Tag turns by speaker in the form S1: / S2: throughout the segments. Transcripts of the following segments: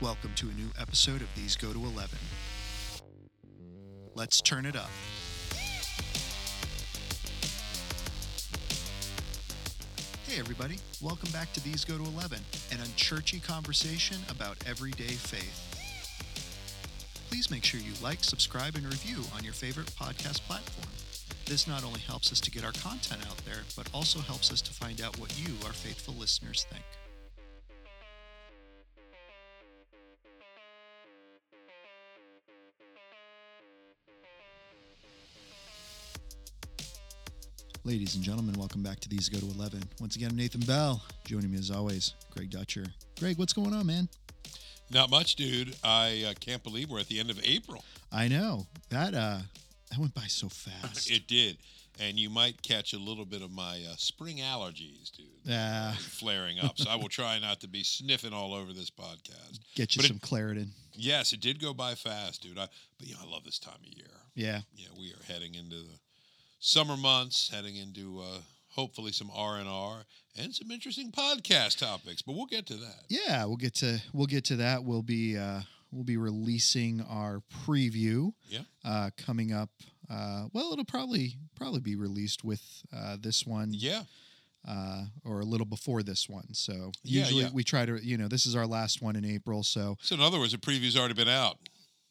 S1: Welcome to a new episode of These Go to 11. Let's turn it up. Hey, everybody. Welcome back to These Go to 11, an unchurchy conversation about everyday faith. Please make sure you like, subscribe, and review on your favorite podcast platform. This not only helps us to get our content out there, but also helps us to find out what you, our faithful listeners, think. Ladies and gentlemen, welcome back to These Go to 11. Once again, I'm Nathan Bell. Joining me as always, Greg Dutcher. Greg, what's going on, man?
S2: Not much, dude. I uh, can't believe we're at the end of April.
S1: I know that uh that went by so fast.
S2: It did. And you might catch a little bit of my uh, spring allergies, dude,
S1: Ah,
S2: flaring up. So I will try not to be sniffing all over this podcast.
S1: get you
S2: But it-
S1: some Claritin.
S2: Yes, it did go by fast, dude. I, but, you know, I love this time of year.
S1: Yeah,
S2: Yeah, we are heading into the summer months, heading into uh, hopefully some R&R and some interesting podcast topics. But we'll get to that.
S1: yeah. We'll get to we'll get to that. We'll be uh we'll be releasing our preview.
S2: Yeah.
S1: Uh, coming up. Uh, well, it'll probably probably be released with uh, this one.
S2: Yeah,
S1: uh, or a little before this one. So
S2: Yeah,
S1: usually
S2: yeah.
S1: we try to, you know, this is our last one in April. So,
S2: so in other words, the preview's already been out.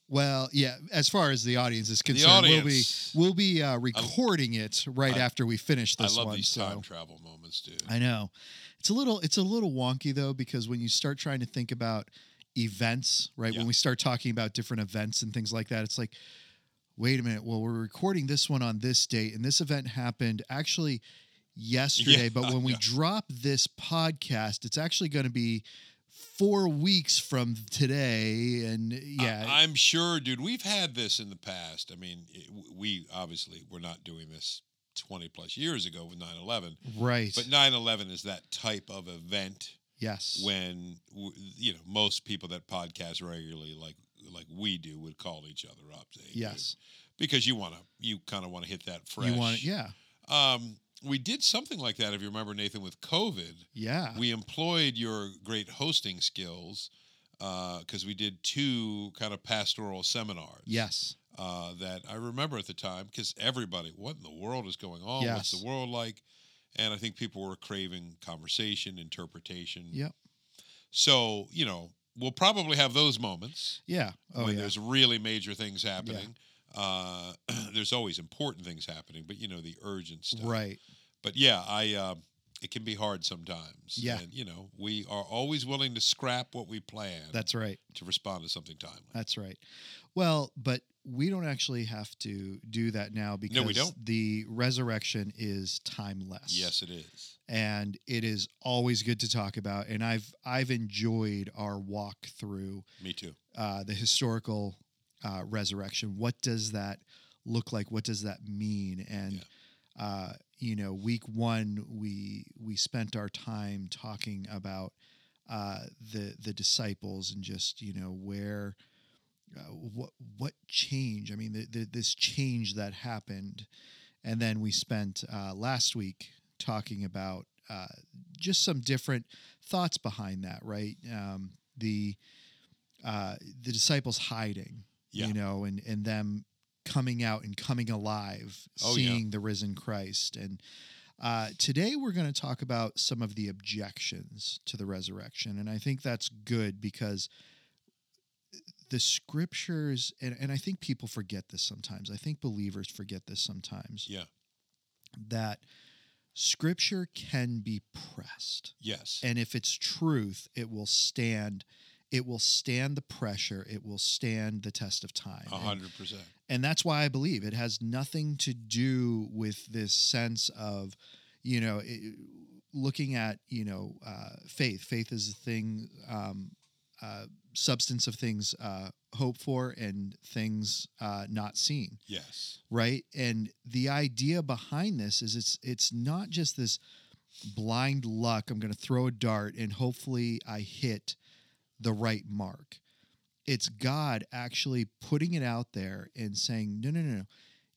S1: well, yeah, as far as the audience is concerned,
S2: audience.
S1: we'll be, we'll be uh, recording it right
S2: I-
S1: after we finish this
S2: I love
S1: one.
S2: these
S1: so
S2: time travel moments, dude.
S1: I know it's a little, it's a little wonky though, because when you start trying to think about events, right.
S2: Yeah.
S1: When we start talking about different events and things like that, it's like, wait a minute. Well, we're recording this one on this date and this event happened actually yesterday,
S2: Yeah,
S1: but when we
S2: yeah.
S1: drop this podcast, it's actually going to be 4 weeks from today and yeah,
S2: I, am sure, dude. We've had this in the past. I mean, it, we obviously were not doing this 20 plus years ago with 9 11,
S1: right.
S2: but 9 11 is that type of event
S1: yes.
S2: when, w- you know, most people that podcast regularly, like like we do, would call each other up. Say, "Dude,"
S1: yes.
S2: Because you want to, you kind of want to hit that fresh.
S1: You want it? Yeah.
S2: Um, we did something like that, if you remember, Nathan, with COVID.
S1: Yeah.
S2: we employed your great hosting skills because we did two kind of pastoral seminars
S1: yes.
S2: uh, that I remember at the time because everybody, what in the world is going on?
S1: Yes.
S2: What's the world like? And I think people were craving conversation, interpretation.
S1: Yep.
S2: So, you know, we'll probably have those moments
S1: Yeah. Oh
S2: when
S1: yeah.
S2: there's really major things happening. Uh, there's always important things happening, but you know, the urgent stuff
S1: Right.
S2: but yeah, I uh, it can be hard sometimes.
S1: Yeah.
S2: and, you know, we are always willing to scrap what we plan.
S1: That's right.
S2: to respond to something timely.
S1: That's right. Well, but we don't actually have to do that now because
S2: we don't.
S1: the resurrection is timeless.
S2: yes, it is.
S1: And it is always good to talk about. And I've I've enjoyed our walk through
S2: Me too.
S1: uh, the historical uh, resurrection. What does that look like? What does that mean? And
S2: Yeah.
S1: uh, you know, week one, we we spent our time talking about uh, the the disciples and just you know where uh, what what change. I mean, the, the, this change that happened, and then we spent uh, last week talking about uh, just some different thoughts behind that, right? Um, the uh, the disciples hiding,
S2: Yeah.
S1: you know, and and them coming out and coming alive,
S2: Oh, yeah.
S1: seeing the risen Christ. And uh, today we're going to talk about some of the objections to the resurrection, and I think that's good because the scriptures, and, and I think people forget this sometimes. I think believers forget this sometimes.
S2: Yeah.
S1: That scripture can be pressed
S2: Yes.
S1: and if it's truth it will stand it will stand the pressure it will stand the test of time
S2: A
S1: and,
S2: hundred percent.
S1: and that's why i believe it has nothing to do with this sense of you know it, looking at you know uh, faith faith is the thing um, uh, substance of things uh, hoped for and things uh, not seen
S2: Yes.
S1: right and the idea behind this is it's it's not just this blind luck i'm going to throw a dart and hopefully i hit the right mark it's god actually putting it out there and saying no no no no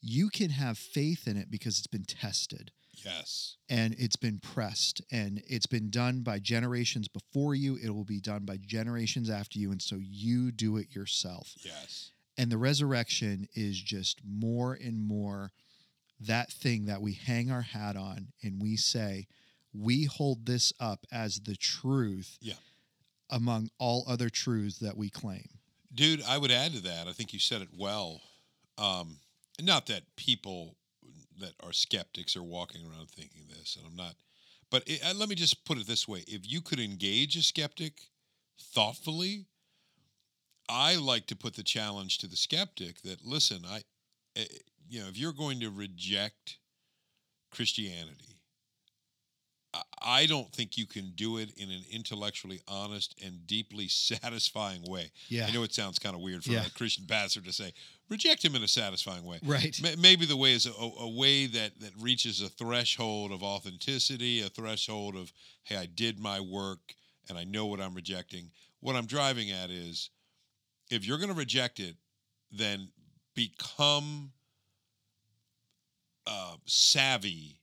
S1: you can have faith in it because it's been tested
S2: Yes.
S1: and it's been pressed and it's been done by generations before you it will be done by generations after you and so you do it yourself
S2: Yes.
S1: and the resurrection is just more and more that thing that we hang our hat on and we say we hold this up as the truth
S2: Yeah.
S1: among all other truths that we claim
S2: Dude, I would add to that. I think you said it well. Um, not that people that are skeptics are walking around thinking this, and I'm not. But it, uh, let me just put it this way: if you could engage a skeptic thoughtfully, I like to put the challenge to the skeptic that listen, I, eh, you know, if you're going to reject Christianity, I- I don't think you can do it in an intellectually honest and deeply satisfying way.
S1: yeah
S2: I know it sounds kind of weird for
S1: Yeah.
S2: a Christian pastor to say, reject him in a satisfying way.
S1: right
S2: Ma- Maybe the way is a, a way that, that reaches a threshold of authenticity, a threshold of, hey, I did my work and I know what I'm rejecting. What I'm driving at is if you're going to reject it, then become uh, savvy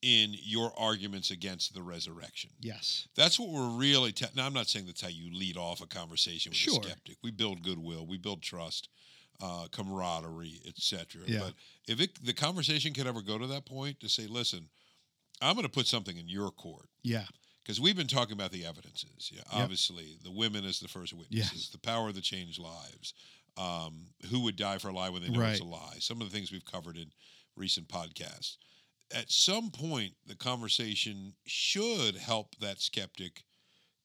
S2: in your arguments against the resurrection.
S1: yes
S2: That's what we're really. Te- now, I'm not saying that's how you lead off a conversation with
S1: Sure.
S2: a skeptic. We build goodwill, we build trust, uh, camaraderie, etc.
S1: Yeah.
S2: But if it, the conversation could ever go to that point to say, "Listen, I'm going to put something in your court,"
S1: yeah
S2: because we've been talking about the evidences. Yeah, obviously, the women as the first witnesses, the power that changed lives, um, who would die for a lie when they know
S1: Right.
S2: it's a lie. Some of the things we've covered in recent podcasts. At some point, the conversation should help that skeptic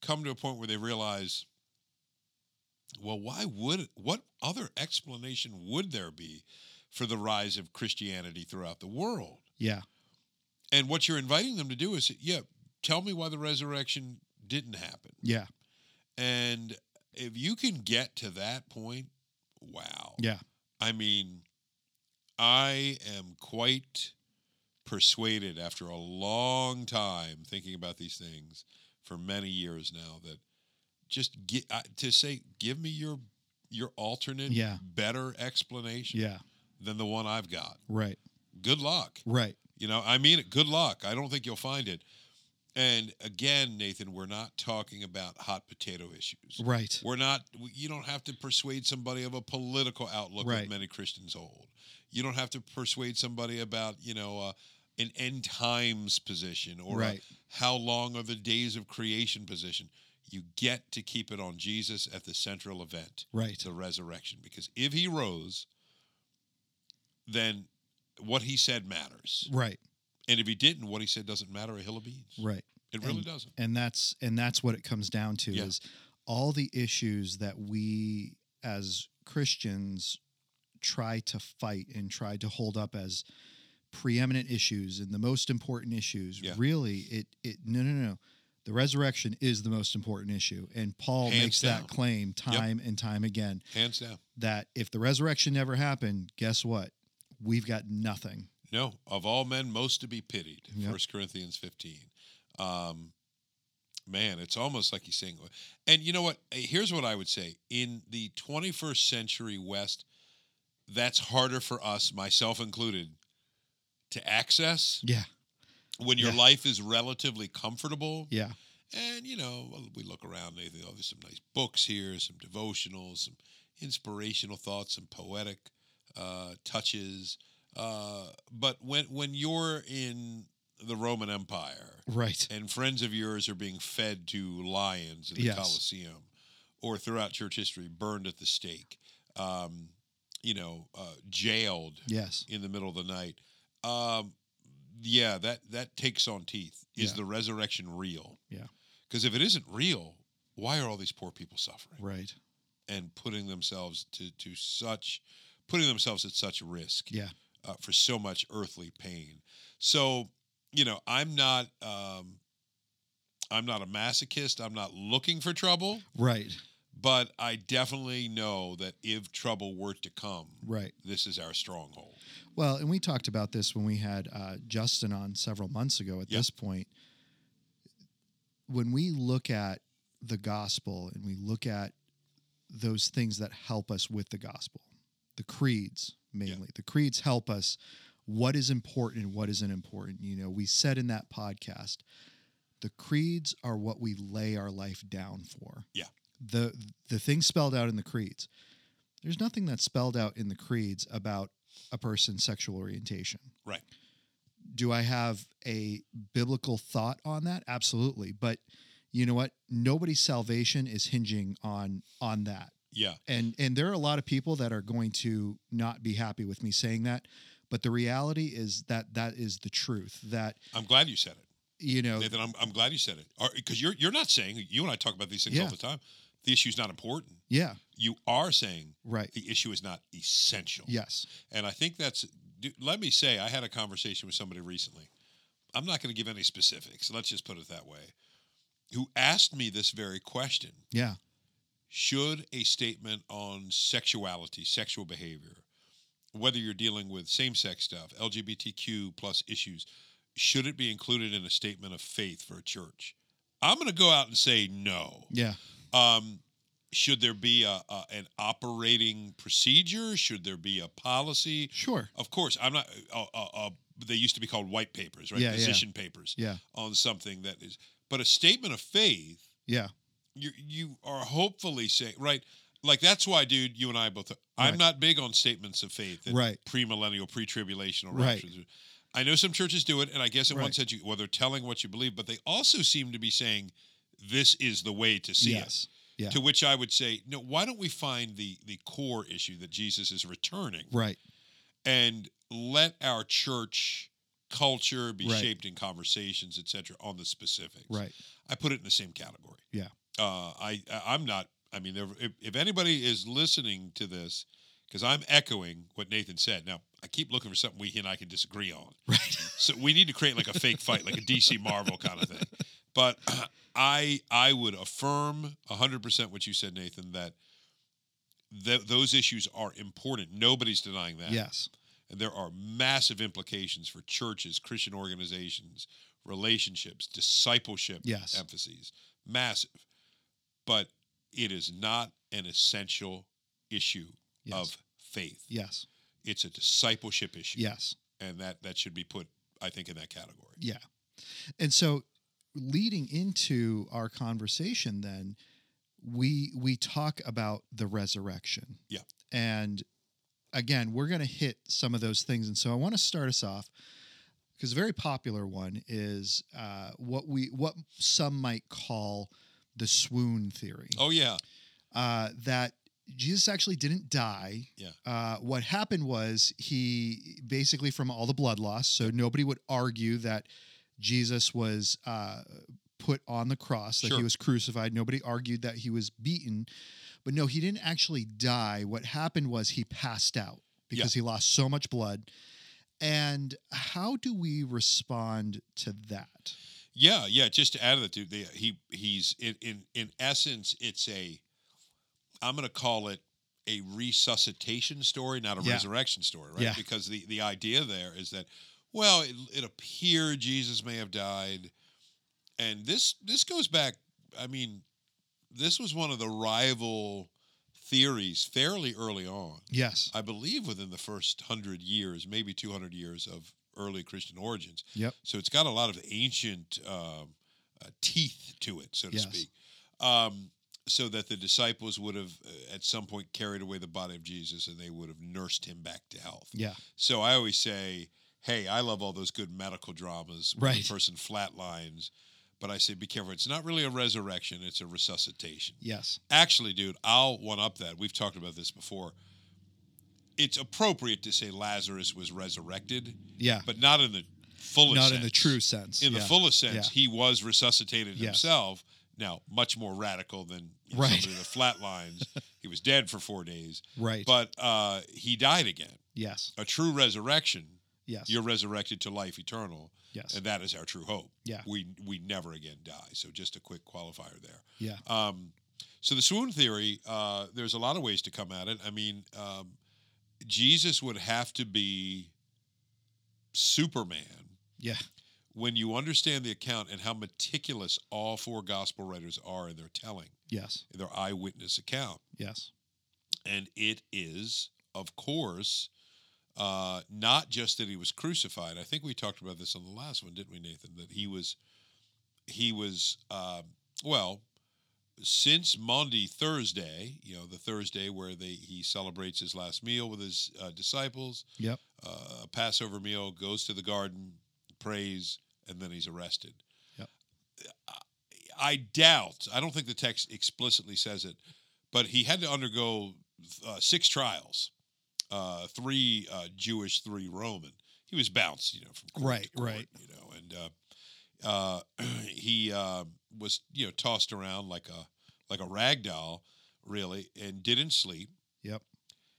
S2: come to a point where they realize, well, why would what other explanation would there be for the rise of Christianity throughout the world?
S1: yeah
S2: And what you're inviting them to do is, yeah, tell me why the resurrection didn't happen.
S1: yeah
S2: And if you can get to that point, wow.
S1: yeah
S2: I mean, I am quite persuaded after a long time thinking about these things for many years now that just get I, to say, give me your your alternate,
S1: Yeah.
S2: better explanation
S1: yeah
S2: than the one I've got.
S1: right
S2: Good luck.
S1: right
S2: You know, I mean it. Good luck. I don't think you'll find it. And again, Nathan, we're not talking about hot potato issues.
S1: right
S2: We're not. we- You don't have to persuade somebody of a political outlook that
S1: Right.
S2: many Christians hold. You don't have to persuade somebody about you know uh, an end times position or a
S1: right
S2: how long are the days of creation position. You get to keep it on Jesus at the central event
S1: right
S2: the resurrection because if he rose, then what he said matters.
S1: right
S2: And if he didn't, what he said doesn't matter a hill of beans.
S1: right
S2: It really doesn't.
S1: and that's and that's what it comes down to
S2: Yeah.
S1: is all the issues that we as christians try to fight and try to hold up as preeminent issues and the most important issues
S2: Yeah.
S1: really it it no no no the resurrection is the most important issue and paul
S2: Hands
S1: makes
S2: down.
S1: that claim time and time again
S2: Hands down.
S1: that if the resurrection never happened guess what we've got nothing
S2: No, of all men, most to be pitied.
S1: Yep.
S2: First Corinthians 15. Um, man, it's almost like he's saying. And you know what? Eh, Here's what I would say in the 21st century West, that's harder for us, myself included, to access
S1: yeah
S2: when your
S1: Yeah.
S2: life is relatively comfortable.
S1: yeah
S2: And you know, we look around. They think, oh, there's some nice books here, some devotionals, some inspirational thoughts, some poetic uh, touches. Uh, but when when you're in the Roman Empire
S1: right
S2: and friends of yours are being fed to lions in the
S1: Yes.
S2: Colosseum, or throughout church history, burned at the stake, um, you know, uh, jailed
S1: yes
S2: in the middle of the night. Um, yeah, that that takes on teeth. Is
S1: Yeah.
S2: the resurrection real?
S1: Yeah.
S2: Because if it isn't real, why are all these poor people suffering
S1: right
S2: and putting themselves to to such putting themselves at such risk?
S1: Yeah.
S2: Uh, for so much earthly pain. So you know, I'm not. Um, I'm not a masochist. I'm not looking for trouble,
S1: right
S2: but I definitely know that if trouble were to come,
S1: right
S2: this is our stronghold.
S1: Well, and we talked about this when we had uh, Justin on several months ago at
S2: Yeah.
S1: this point. When we look at the gospel and we look at those things that help us with the gospel, the creeds mainly, the creeds help us what is important and what isn't important. You know, we said in that podcast, the creeds are what we lay our life down for.
S2: Yeah.
S1: The the things spelled out in the creeds. There's nothing that's spelled out in the creeds about a person's sexual orientation.
S2: Right.
S1: Do I have a biblical thought on that? Absolutely. But you know what? Nobody's salvation is hinging on on that
S2: Yeah.
S1: and and there are a lot of people that are going to not be happy with me saying that but the reality is that that is the truth that
S2: I'm glad you said it,
S1: you know
S2: Nathan. I'm, I'm glad you said it because you're you're not saying you and I talk about these things all
S1: Yeah.
S2: the time. The issue's not important.
S1: yeah
S2: You are saying
S1: right
S2: the issue is not essential.
S1: yes
S2: And I think that's. d- Let me say, I had a conversation with somebody recently. I'm not going to give any specifics. Let's just put it that way. Who asked me this very question?
S1: yeah
S2: Should a statement on sexuality, sexual behavior, whether you're dealing with same-sex stuff, LGBTQ plus issues, should it be included in a statement of faith for a church? I'm going to go out and say no.
S1: yeah
S2: Um, should there be a, a an operating procedure? Should there be a policy?
S1: sure
S2: Of course, I'm not. Uh, uh, uh, they used to be called white papers, right?
S1: Yeah, yeah.
S2: Position papers
S1: yeah
S2: on something that is. But a statement of faith,
S1: yeah
S2: you you are hopefully saying right. Like that's why, dude. You and I both. I'm
S1: Right.
S2: not big on statements of faith. That
S1: Right.
S2: Premillennial, pre-tribulational.
S1: Right.
S2: raptures. I know some churches do it, and I guess at one
S1: Right.
S2: sense, you, well, they're telling what you believe, but they also seem to be saying this is the way to see it.
S1: yes Yeah.
S2: To which I would say, no. Why don't we find the the core issue that Jesus is returning?
S1: right
S2: and let our church culture be
S1: Right.
S2: shaped in conversations, et cetera, on the specifics.
S1: right
S2: I put it in the same category.
S1: Yeah.
S2: Uh, I I- I'm not. I mean, there, if, if anybody is listening to this, because I'm echoing what Nathan said. Now I keep looking for something we he and I can disagree on.
S1: right
S2: So we need to create like a fake fight, like a DC Marvel kind of thing. But I I would affirm 100% what you said, Nathan, that th- those issues are important. Nobody's denying that
S1: yes
S2: and there are massive implications for churches, Christian organizations, relationships, discipleship
S1: Yes.
S2: emphases. Massive. But it is not an essential issue
S1: yes
S2: of faith.
S1: yes
S2: It's a discipleship issue.
S1: yes
S2: And that, that should be put, I think, in that category.
S1: Yeah. And so leading into our conversation then we we talk about the resurrection.
S2: Yeah.
S1: And again, we're going to hit some of those things and so I want to start us off because a very popular one is uh, what we what some might call the swoon theory
S2: Oh, yeah.
S1: uh, that Jesus actually didn't die.
S2: Yeah.
S1: Uh, what happened was he basically from all the blood loss, so nobody would argue that Jesus was uh, put on the cross, that
S2: Sure.
S1: he was crucified. Nobody argued that he was beaten, but no, he didn't actually die. What happened was he passed out because he lost so much blood. And how do we respond to that?
S2: Yeah, yeah. Just to add to that, dude, they, he he's in, in in essence, it's a I'm going to call it a resuscitation story, not a
S1: Yeah.
S2: resurrection story, right?
S1: Yeah.
S2: Because the the idea there is that well, it, it appeared Jesus may have died, and this this goes back. I mean, this was one of the rival theories fairly early on.
S1: Yes.
S2: I believe within the first hundred years, maybe two hundred years of early Christian origins.
S1: Yep.
S2: So it's got a lot of ancient um, uh, teeth to it, so to
S1: Yes.
S2: speak. Um, so that the disciples would have uh, at some point carried away the body of Jesus and they would have nursed him back to health.
S1: Yeah.
S2: So I always say, hey, I love all those good medical dramas where
S1: Right.
S2: the person flatlines. But I say, be careful. It's not really a resurrection, it's a resuscitation.
S1: Yes.
S2: Actually, dude, I'll one up that. We've talked about this before. It's appropriate to say Lazarus was resurrected,
S1: Yeah.
S2: but not in the fullest
S1: Not
S2: sense.
S1: in the true sense.
S2: In the
S1: Yeah.
S2: fullest sense,
S1: Yeah.
S2: he was resuscitated
S1: Yes.
S2: himself. Now, much more radical than you know,
S1: Right.
S2: somebody that flatlines. he was dead for four days,
S1: Right.
S2: but uh, he died again.
S1: yes.
S2: A true resurrection,
S1: Yes.
S2: you're resurrected to life eternal,
S1: Yes.
S2: and that is our true hope.
S1: Yeah.
S2: we we never again die. So, just a quick qualifier there.
S1: yeah.
S2: Um, so the swoon theory, uh, there's a lot of ways to come at it. I mean, um, Jesus would have to be Superman
S1: Yeah.
S2: when you understand the account and how meticulous all four gospel writers are in their telling,
S1: Yes.
S2: in their eyewitness account.
S1: Yes.
S2: And it is, of course, Uh, not just that he was crucified. I think we talked about this on the last one, didn't we, Nathan? That he was, he was, um, well, since Maundy Thursday, you know, the Thursday where they he celebrates his last meal with his uh, disciples.
S1: Yep.
S2: Uh, a Passover meal, goes to the garden, prays, and then he's arrested.
S1: Yep.
S2: I- I doubt. I don't think the text explicitly says it, but he had to undergo uh, six trials, uh, three uh, Jewish, three Roman. He was bounced, you know, from court
S1: Right,
S2: to court,
S1: right.
S2: you know, and uh, uh, he uh, was you know tossed around like a like a rag doll, really, and didn't sleep.
S1: Yep.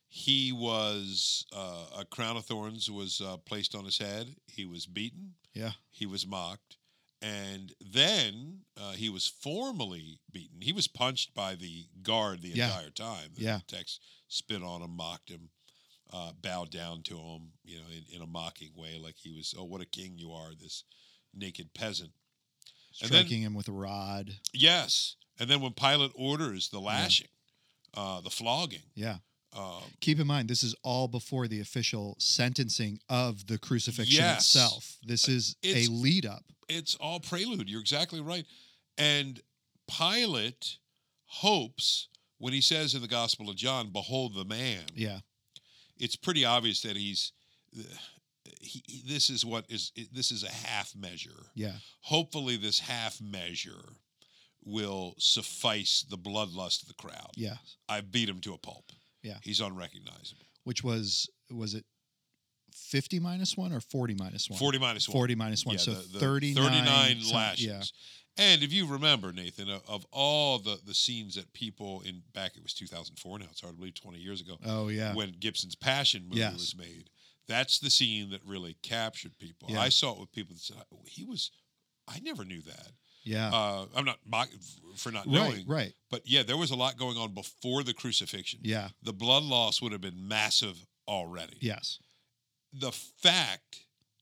S2: He was uh, a crown of thorns was uh, placed on his head. He was beaten.
S1: Yeah.
S2: He was mocked, and then uh, he was formally beaten. He was punched by the guard the
S1: Yeah.
S2: entire time. The
S1: Yeah.
S2: Tex spit on him, mocked him, uh, bowed down to him, you know, in, in a mocking way, like he was, oh, what a king you are, this naked peasant. And then-
S1: Striking him with a rod.
S2: Yes. And then when Pilate orders the lashing, uh, the flogging,
S1: Yeah.
S2: um,
S1: Keep in mind, this is all before the official sentencing of the crucifixion
S2: Yes. Uh,
S1: itself. This is
S2: It's-
S1: a lead up.
S2: it's all prelude. You're exactly right. And Pilate hopes when he says in the Gospel of John, "Behold the man."
S1: Yeah.
S2: It's pretty obvious that he's. He, he- this is what is this is a half measure.
S1: Yeah.
S2: Hopefully, this half measure will suffice the bloodlust of the crowd.
S1: Yeah.
S2: I beat him to a pulp.
S1: Yeah.
S2: he's unrecognizable.
S1: Which was, was it 50 minus one or 40 minus one?
S2: Forty minus one.
S1: 40 minus one.
S2: Yeah,
S1: so
S2: the- the
S1: 39,
S2: 39
S1: some-
S2: lashes.
S1: Yeah.
S2: And if you remember, Nathan, of, of all the, the scenes that people in back, it was 2004 now, it's hard to believe 20 years ago,
S1: Oh, yeah.
S2: when Gibson's Passion movie
S1: Yes.
S2: was made, that's the scene that really captured people.
S1: Yeah.
S2: I saw it with people that said, "Oh, he was, I never knew that.
S1: Yeah.
S2: Uh, I'm not mock, for not
S1: right.
S2: knowing,
S1: Right.
S2: but yeah, there was a lot going on before the crucifixion.
S1: Yeah.
S2: The blood loss would have been massive already
S1: Yes.
S2: the fact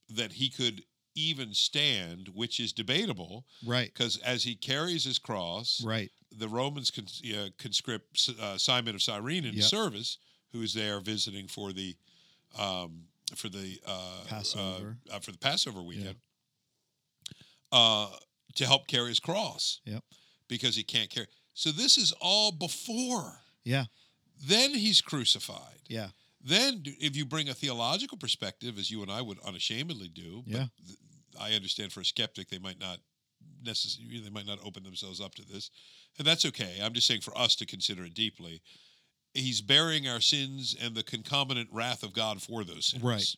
S2: that he could even stand, which is debatable,
S1: Right.
S2: because as he carries his cross,
S1: Right.
S2: the Romans cons- uh, conscript S- uh, Simon of Cyrene into
S1: Yep.
S2: service, who is there visiting for the um, for the uh,
S1: Passover.
S2: uh, uh, for the Passover weekend uh, to help carry his cross.
S1: Yep.
S2: because he can't carry. So this is all before.
S1: Yeah.
S2: Then he's crucified
S1: Yeah.
S2: then d- if you bring a theological perspective as you and i would unashamedly do
S1: Yeah.
S2: but th- i understand for a skeptic they might not necessarily they might not open themselves up to this and that's okay i'm just saying for us to consider it deeply he's bearing our sins and the concomitant wrath of god for those sins
S1: Right.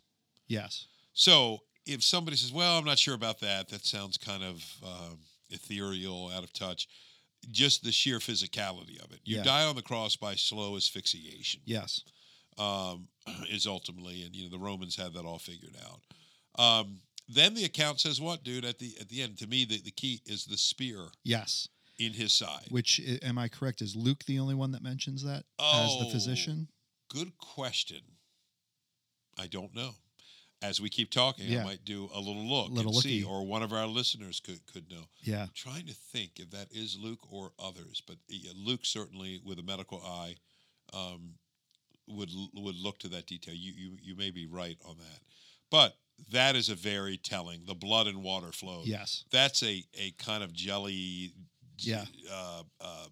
S1: Yes.
S2: so if somebody says well i'm not sure about that that sounds kind of um, ethereal out of touch just the sheer physicality of it you
S1: Yeah.
S2: die on the cross by slow asphyxiation
S1: Yes.
S2: um, is ultimately, and you know the Romans have that all figured out. Um, then the account says what, dude? At the at the end, to me, the, the key is the spear
S1: Yes.
S2: in his side.
S1: Which i- am I correct? Is Luke the only one that mentions that as
S2: Oh.
S1: the physician?
S2: Good question. I don't know. As we keep talking, I
S1: Yeah.
S2: might do a little look
S1: Little
S2: and see,
S1: looky.
S2: or one of our listeners could could know.
S1: Yeah.
S2: I'm trying to think if that is Luke or others, but yeah, Luke certainly, with a medical eye, um, would would look to that detail. You you you may be right on that, but that is a very telling. The blood and water flow.
S1: Yes.
S2: that's a a kind of jelly. j-
S1: Yeah.
S2: Uh, uh,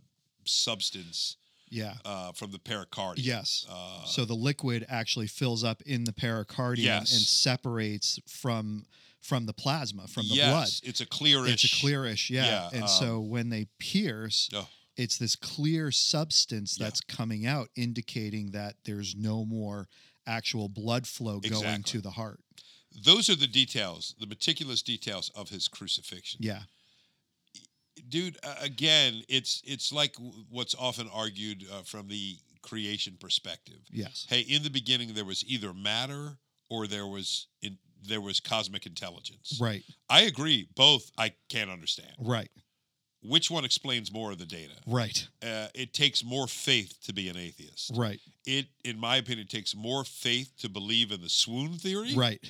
S2: substance
S1: Yeah.
S2: uh, from the pericardium.
S1: Yes.
S2: Uh,
S1: so the liquid actually fills up in the pericardium
S2: Yes.
S1: and separates from from the plasma from the
S2: yes,
S1: blood.
S2: It's a clearish.
S1: It's a clearish, yeah.
S2: Yeah,
S1: and
S2: um,
S1: so when they pierce,
S2: Oh.
S1: it's this clear substance
S2: Yeah.
S1: that's coming out, indicating that there's no more actual blood flow going
S2: Exactly.
S1: to the heart.
S2: Those are the details, the meticulous details of his crucifixion.
S1: Yeah.
S2: dude uh, again it's it's like w- what's often argued uh, from the creation perspective
S1: Yes.
S2: hey in the beginning there was either matter or there was in there was cosmic intelligence
S1: Right.
S2: i agree both i can't understand
S1: Right.
S2: which one explains more of the data
S1: Right.
S2: uh, it takes more faith to be an atheist
S1: Right.
S2: it in my opinion takes more faith to believe in the swoon theory
S1: Right.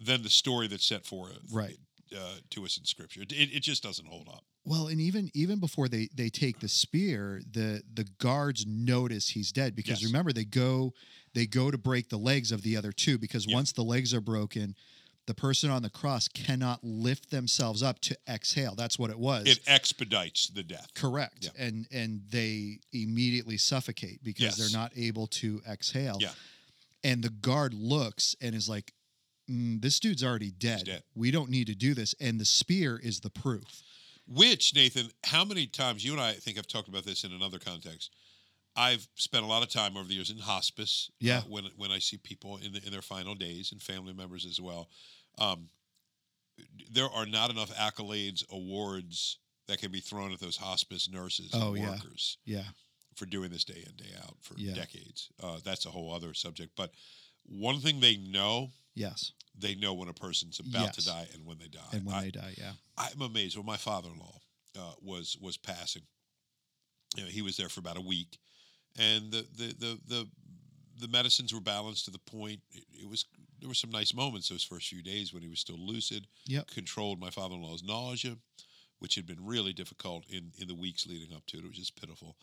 S2: than the story that's set forth
S1: Right.
S2: uh, to us in scripture it, it just doesn't hold up
S1: Well, and even even before they they take the spear, the the guards notice he's dead because
S2: Yes.
S1: remember they go They go to break the legs of the other two because
S2: Yeah.
S1: once the legs are broken, the person on the cross cannot lift themselves up to exhale. That's what it was.
S2: It expedites the death.
S1: Correct.
S2: Yeah.
S1: And and they immediately suffocate because
S2: Yes.
S1: they're not able to exhale.
S2: Yeah.
S1: And the guard looks and is like, "Mm, this dude's already dead.
S2: dead.
S1: We don't need to do this. And the spear is the proof.
S2: Which, Nathan, how many times you and I, I think I've talked about this in another context. I've spent a lot of time over the years in hospice. uh,
S1: Yeah.
S2: when when I see people in, the, in their final days and family members as well, um, there are not enough accolades, awards that can be thrown at those hospice nurses and
S1: Oh, yeah.
S2: workers
S1: Yeah.
S2: for doing this day in day out for
S1: Yeah.
S2: decades. Uh, that's a whole other subject. But one thing they know,
S1: Yes.
S2: they know when a person's about to
S1: Yes.
S2: die and when they die.
S1: And when
S2: I-
S1: they die, yeah.
S2: I'm amazed. Well, my father-in-law uh, was was passing. You know, he was there for about a week, and the the the the, the medicines were balanced to the point. It, it was there were some nice moments those first few days when he was still lucid.
S1: Yep.
S2: Controlled my father-in-law's nausea, which had been really difficult in in the weeks leading up to it. It was just pitiful.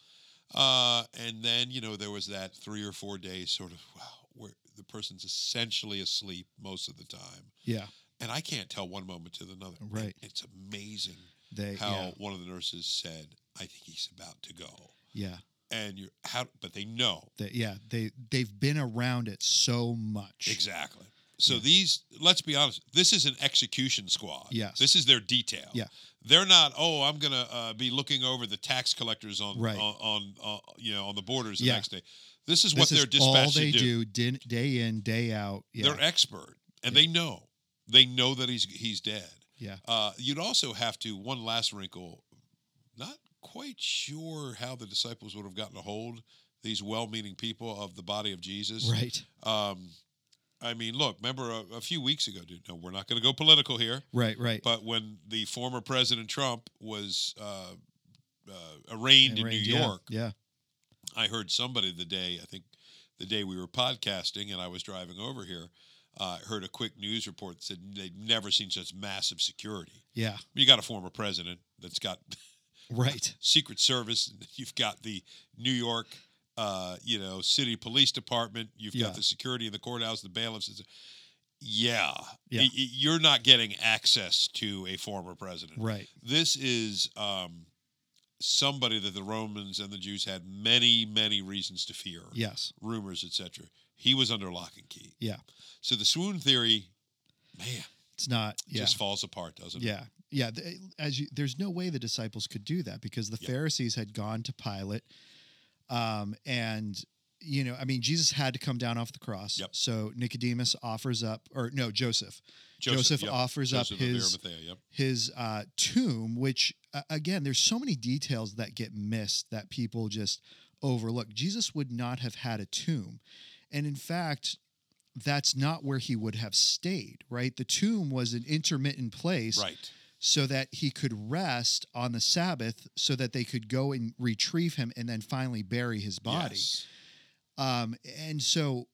S2: Uh, and then you know there was that three or four days sort of wow, where the person's essentially asleep most of the time,
S1: Yeah.
S2: and I can't tell one moment to another. And
S1: Right.
S2: it's amazing
S1: They
S2: how one of the nurses said, "I think he's about to go,"
S1: yeah. Yeah.
S2: and you're how, but they know
S1: They, yeah. They they've been around it so much.
S2: exactly. So
S1: Yeah.
S2: these, let's be honest, this is an execution squad.
S1: Yes.
S2: this is their detail.
S1: Yeah.
S2: they're not. Oh, I'm gonna uh, be looking over the tax collectors on
S1: Right.
S2: on, on uh, you know on the borders the
S1: Yeah.
S2: next day. This is
S1: This
S2: what they're
S1: is all
S2: dispatched
S1: they
S2: to do.
S1: do, din- day in, day out. Yeah.
S2: They're expert, and
S1: Yeah.
S2: they know. They know that he's he's dead.
S1: Yeah.
S2: Uh, you'd also have to one last wrinkle. Not quite sure how the disciples would have gotten a hold these well-meaning people of the body of Jesus.
S1: right.
S2: Um, I mean, look, remember a, a few weeks ago, dude. No, we're not going to go political here.
S1: Right. Right.
S2: But when the former President Trump was uh, uh, arraigned in
S1: Arraigned,
S2: New
S1: yeah,
S2: York,
S1: Yeah.
S2: I heard somebody the day I think the day we were podcasting and I was driving over here, uh, heard a quick news report that said they'd never seen such massive security.
S1: Yeah.
S2: You got a former president that's got
S1: Right.
S2: Secret Service, you've got the New York, uh, you know, City Police Department, you've
S1: Yeah.
S2: got the security in the courthouse, the bailiffs. It's- Yeah,
S1: Yeah.
S2: Y- y- you're not getting access to a former president
S1: Right.
S2: this is um, somebody that the Romans and the Jews had many, many reasons to fear,
S1: Yes.
S2: rumors, etc. He was under lock and key.
S1: Yeah.
S2: So the swoon theory, man,
S1: It's not. Yeah.
S2: just falls apart, doesn't it?
S1: yeah. Yeah. th- As you, there's no way the disciples could do that because the
S2: Yeah.
S1: Pharisees had gone to Pilate, um, and you know, I mean, Jesus had to come down off the cross.
S2: Yep.
S1: So Nicodemus offers up, or no, Joseph. Joseph
S2: yep.
S1: offers up
S2: Joseph of
S1: his
S2: Arimathea, yep.
S1: his uh, tomb, which uh, again, there's so many details that get missed that people just overlook. Jesus would not have had a tomb. And in fact, that's not where he would have stayed, right? The tomb was an intermittent place
S2: Right.
S1: so that he could rest on the Sabbath so that they could go and retrieve him and then finally bury his body.
S2: Yes.
S1: Um, and so,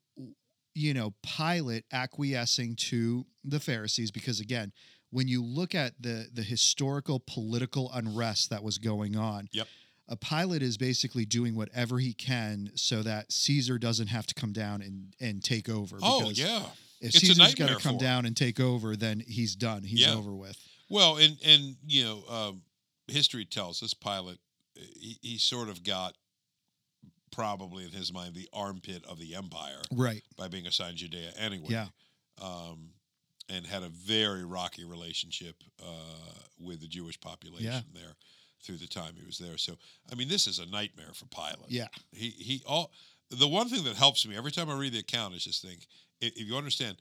S1: you know, Pilate acquiescing to the Pharisees, because again, when you look at the the historical political unrest that was going on,
S2: Yep.
S1: a pilot is basically doing whatever he can so that Caesar doesn't have to come down and and take over.
S2: Oh
S1: because
S2: yeah.
S1: if
S2: it's a
S1: Caesar's got to
S2: nightmare
S1: come
S2: for him.
S1: down and take over, then he's done. He's
S2: Yeah.
S1: over with.
S2: Well, and and you know, um, history tells us Pilate, uh, he, he sort of got probably in his mind the armpit of the empire.
S1: Right.
S2: by being assigned Judea anyway.
S1: Yeah.
S2: Um, and had a very rocky relationship uh, with the Jewish population there through the time he was there. So, I mean, this is a nightmare for Pilate.
S1: Yeah.
S2: He, he, all, the one thing that helps me every time I read the account is just think if, if you understand,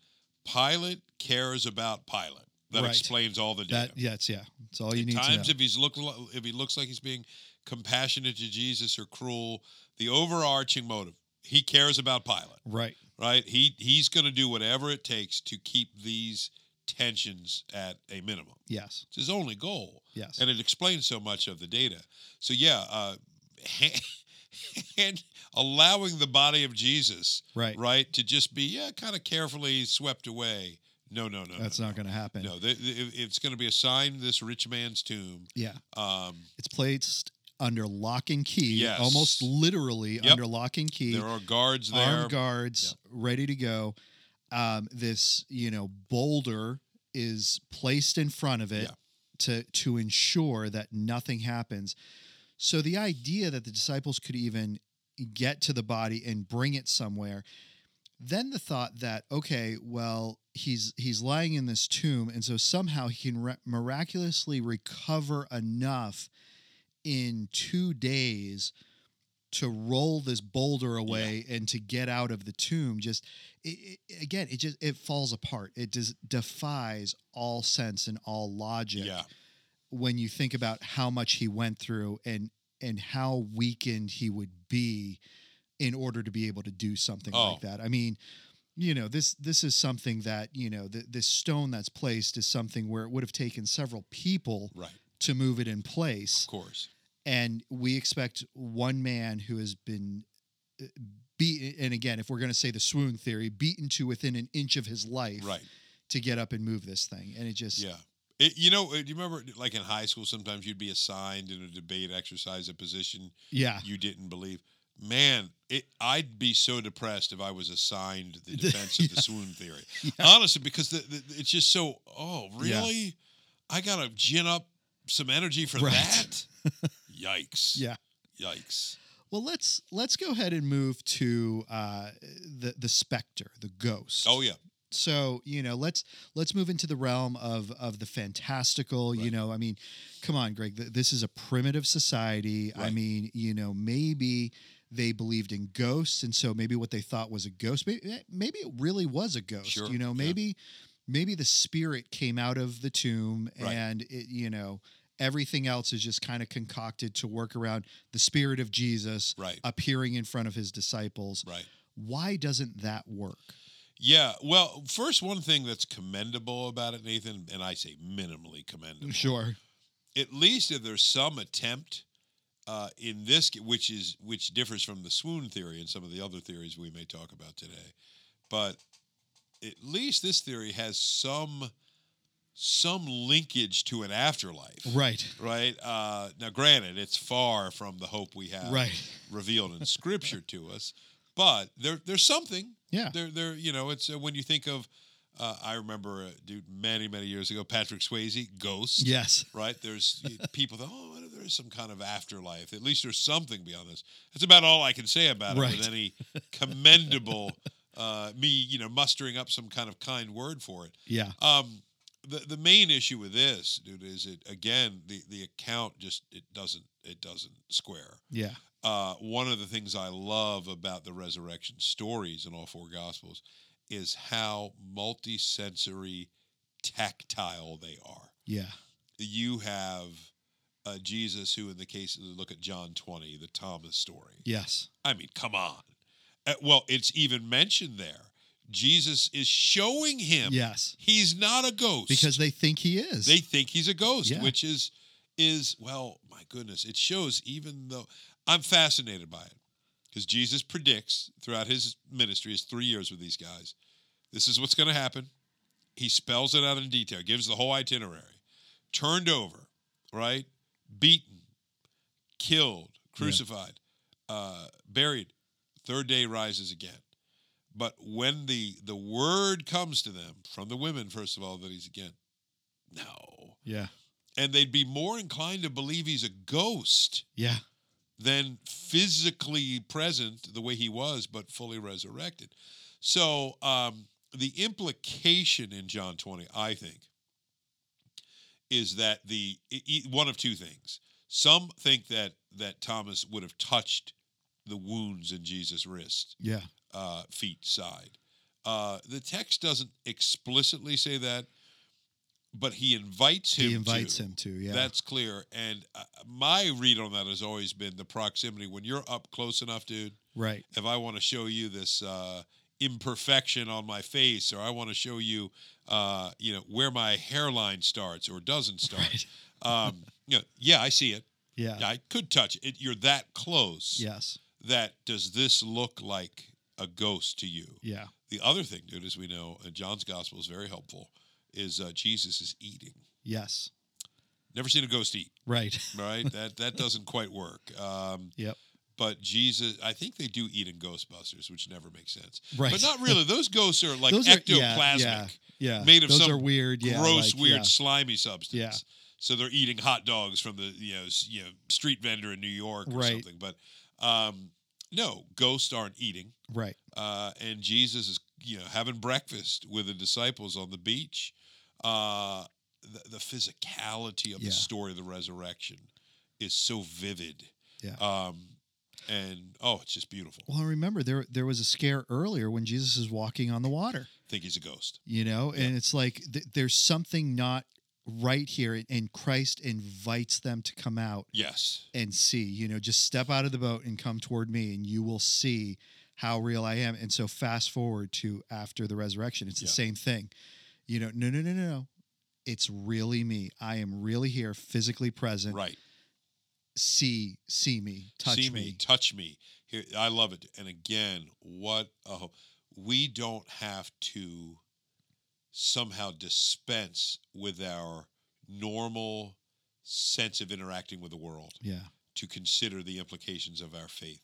S2: Pilate cares about Pilate. That
S1: Right.
S2: explains all the data.
S1: That. Yeah. It's, yeah. It's all you
S2: At
S1: need
S2: times,
S1: to know.
S2: if he's look li- if he looks like he's being compassionate to Jesus or cruel, the overarching motive he cares about Pilate
S1: right.
S2: right? He he's going to do whatever it takes to keep these tensions at a minimum.
S1: Yes.
S2: It's his only goal,
S1: Yes.
S2: and it explains so much of the data. So yeah, uh, and allowing the body of Jesus,
S1: right.
S2: right, to just be yeah, kind of carefully swept away. No, no, no,
S1: That's not going to happen.
S2: No, the, the, it- it's going to be assigned this rich man's tomb.
S1: Yeah.
S2: Um,
S1: It's placed under lock and key,
S2: Yes.
S1: almost literally
S2: Yep.
S1: under lock and key,
S2: There are guards there.
S1: armed guards ready to go. Um, this you know boulder is placed in front of it
S2: Yeah.
S1: to to ensure that nothing happens. So the idea that the disciples could even get to the body and bring it somewhere. Then the thought that okay, well he's he's lying in this tomb, and so somehow he can re- miraculously recover enough in two days to roll this boulder away and to get out of the tomb just it, it, again it just it falls apart it just defies all sense and all logic
S2: yeah.
S1: when you think about how much he went through and and how weakened he would be in order to be able to do something
S2: Oh.
S1: like that. I mean, you know, this this is something that, you know, th- this stone that's placed is something where it would have taken several people
S2: Right.
S1: to move it in place
S2: Of course.
S1: and we expect one man who has been uh, beaten and again if we're going to say the swoon theory beaten to within an inch of his life
S2: Right.
S1: to get up and move this thing and it just
S2: Yeah. It, you know, uh, do you remember like in high school, sometimes you'd be assigned in a debate exercise a position
S1: yeah
S2: you didn't believe. Man, it, I'd be so depressed if I was assigned the defense of the swoon theory. Honestly, because the, the, it's just so, oh,
S1: Yeah.
S2: really? I got to gin up some energy for
S1: Right.
S2: that? Yikes.
S1: Yeah.
S2: Yikes.
S1: well let's let's go ahead and move to uh the the specter the ghost
S2: Oh, yeah.
S1: so you know let's let's move into the realm of of the fantastical you
S2: Right.
S1: know i mean come on greg th- this is a primitive society i
S2: Right.
S1: mean you know maybe they believed in ghosts and so maybe what they thought was a ghost maybe, maybe it really was a ghost
S2: Sure,
S1: you know
S2: yeah.
S1: maybe maybe the spirit came out of the tomb
S2: Right.
S1: and it you know everything else is just kind of concocted to work around the spirit of jesus
S2: Right.
S1: appearing in front of his disciples
S2: Right.
S1: why doesn't that work
S2: Yeah. Well, first, one thing that's commendable about it, Nathan, and I say minimally commendable.
S1: sure
S2: At least if there's some attempt uh, in this, which is which differs from the swoon theory and some of the other theories we may talk about today, but at least this theory has some some linkage to an afterlife.
S1: right
S2: Right. Uh, now, granted, it's far from the hope we have
S1: right
S2: revealed in Scripture to us, but there there's something
S1: Yeah.
S2: they're they're you know it's uh, when you think of uh, I remember a dude many many years ago Patrick Swayze Ghost
S1: Yes.
S2: right there's people that oh what if there's some kind of afterlife at least there's something beyond this that's about all I can say about it
S1: Right.
S2: with any commendable uh, me you know mustering up some kind of kind word for it
S1: Yeah.
S2: um, the the main issue with this dude is it again the the account just it doesn't it doesn't square
S1: Yeah.
S2: uh, one of the things I love about the resurrection stories in all four gospels is how multisensory tactile they are.
S1: Yeah.
S2: You have uh, Jesus, who in the case look at John 20, the Thomas story.
S1: Yes.
S2: I mean, come on. Uh, well, it's even mentioned there. Jesus is showing him
S1: Yes.
S2: he's not a ghost
S1: Because they think he is.
S2: they think he's a ghost
S1: Yeah.
S2: which is is well my goodness it shows even though i'm fascinated by it because jesus predicts throughout his ministry his three years with these guys this is what's going to happen he spells it out in detail gives the whole itinerary turned over right beaten killed crucified uh, buried third day rises again but when the the word comes to them from the women first of all that he's again no.
S1: yeah.
S2: And they'd be more inclined to believe he's a ghost
S1: Yeah.
S2: than physically present the way he was, but fully resurrected. So um, the implication in John 20, I think, is that the e- e- one of two things. Some think that that Thomas would have touched the wounds in Jesus' wrist
S1: Yeah.
S2: uh, feet side. Uh, the text doesn't explicitly say that, but he invites him.
S1: He invites
S2: to.
S1: him to. Yeah.
S2: That's clear. And uh, my read on that has always been the proximity. When you're up close enough, dude,
S1: right.
S2: if I want to show you this uh, imperfection on my face, or I want to show you, uh, you know, where my hairline starts or doesn't start.
S1: Right.
S2: Um, you know, yeah, I see it.
S1: Yeah.
S2: I could touch it. You're that close.
S1: Yes.
S2: That does this look like a ghost to you?
S1: Yeah.
S2: The other thing, dude, as we know, and John's gospel is very helpful, is uh, Jesus is eating.
S1: Yes.
S2: Never seen a ghost eat,
S1: Right.
S2: right? that that doesn't quite work. Um,
S1: Yep.
S2: But Jesus, I think they do eat in Ghostbusters, which never makes sense.
S1: Right.
S2: But not really. Those ghosts are like
S1: Those are- yeah,
S2: ectoplasmic,
S1: yeah, Yeah.
S2: made of
S1: Those
S2: some
S1: are weird. Yeah.
S2: gross,
S1: like,
S2: weird,
S1: yeah.
S2: slimy substance.
S1: Yeah.
S2: So they're eating hot dogs from the you know s- you know street vendor in New York or
S1: Right.
S2: something. But um, no, ghosts aren't eating.
S1: Right.
S2: Uh, and Jesus is you know having breakfast with the disciples on the beach. Uh, the, the physicality of
S1: Yeah.
S2: the story of the resurrection is so vivid.
S1: Yeah.
S2: Um, and oh, it's just beautiful. I
S1: Well, remember there there was a scare earlier when Jesus is walking on the water.
S2: think he's a ghost.
S1: you know and it's like th- there's something not right here and christ invites them to come out
S2: Yes.
S1: and see you know just step out of the boat and come toward me and you will see how real i am and so fast forward to after the resurrection it's the
S2: Yeah.
S1: same thing you know no no no no no it's really me i am really here physically present
S2: Right.
S1: see see me touch
S2: see
S1: me,
S2: touch me. Here, I love it. And again, what a ho- we don't have to somehow dispense with our normal sense of interacting with the world
S1: yeah
S2: to consider the implications of our faith.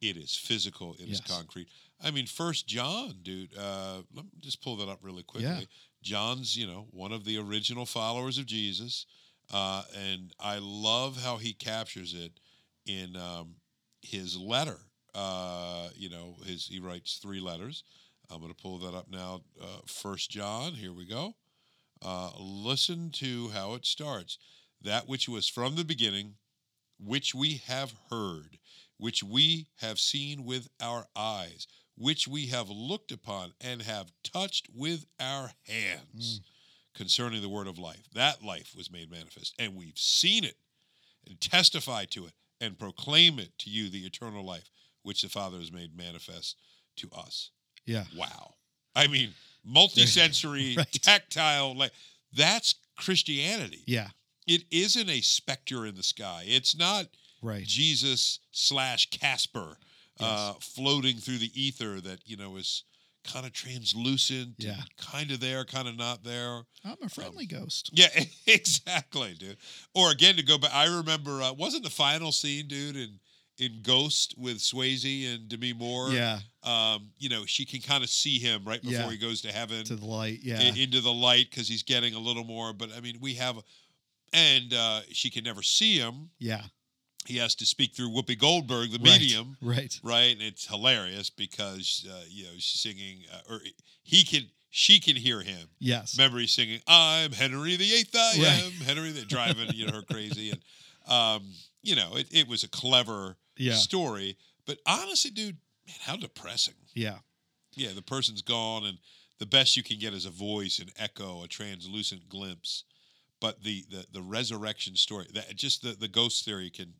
S2: It is physical. It
S1: Yes.
S2: is concrete. I mean, First John, dude. Uh, let me just pull that up really quickly.
S1: Yeah.
S2: John's, you know, one of the original followers of Jesus, uh, and I love how he captures it in um, his letter. Uh, you know, his he writes three letters. I'm going to pull that up now. Uh, First John. Here we go. Uh, listen to how it starts. That which was from the beginning, which we have heard, which we have seen with our eyes, which we have looked upon and have touched with our hands concerning the word of life. That life was made manifest, and we've seen it and testify to it and proclaim it to you, the eternal life, which the Father has made manifest to us.
S1: yeah
S2: Wow. I mean, multisensory,
S1: Right.
S2: tactile, like that's Christianity.
S1: yeah
S2: It isn't a specter in the sky. It's not
S1: right
S2: Jesus slash Casper uh, floating through the ether that, you know, is kind of translucent,
S1: Yeah.
S2: kind of there, kind of not there.
S1: i'm a
S2: um,
S1: friendly ghost
S2: Yeah, exactly, dude. Or again, to go back, I remember, uh, wasn't the final scene, dude, in, in Ghost with Swayze and Demi Moore?
S1: yeah
S2: um, you know, she can kind of see him right before
S1: Yeah.
S2: he goes to heaven
S1: to the light yeah
S2: i- into the light because he's getting a little more. But I mean, we have, and uh, she can never see him.
S1: yeah
S2: He has to speak through Whoopi Goldberg, the
S1: Right.
S2: medium,
S1: right
S2: right? And it's hilarious because uh, you know she's singing, uh, or he can, she can hear him.
S1: yes
S2: Remember, he's singing, "I'm Henry the Eighth, I
S1: Right.
S2: am Henry the," driving you know her crazy, and um, you know it, it was a clever
S1: yeah
S2: story. But honestly, dude, man, how depressing.
S1: yeah
S2: Yeah, the person's gone, and the best you can get is a voice, an echo, a translucent glimpse. But the the, the resurrection story, that just the, the ghost theory can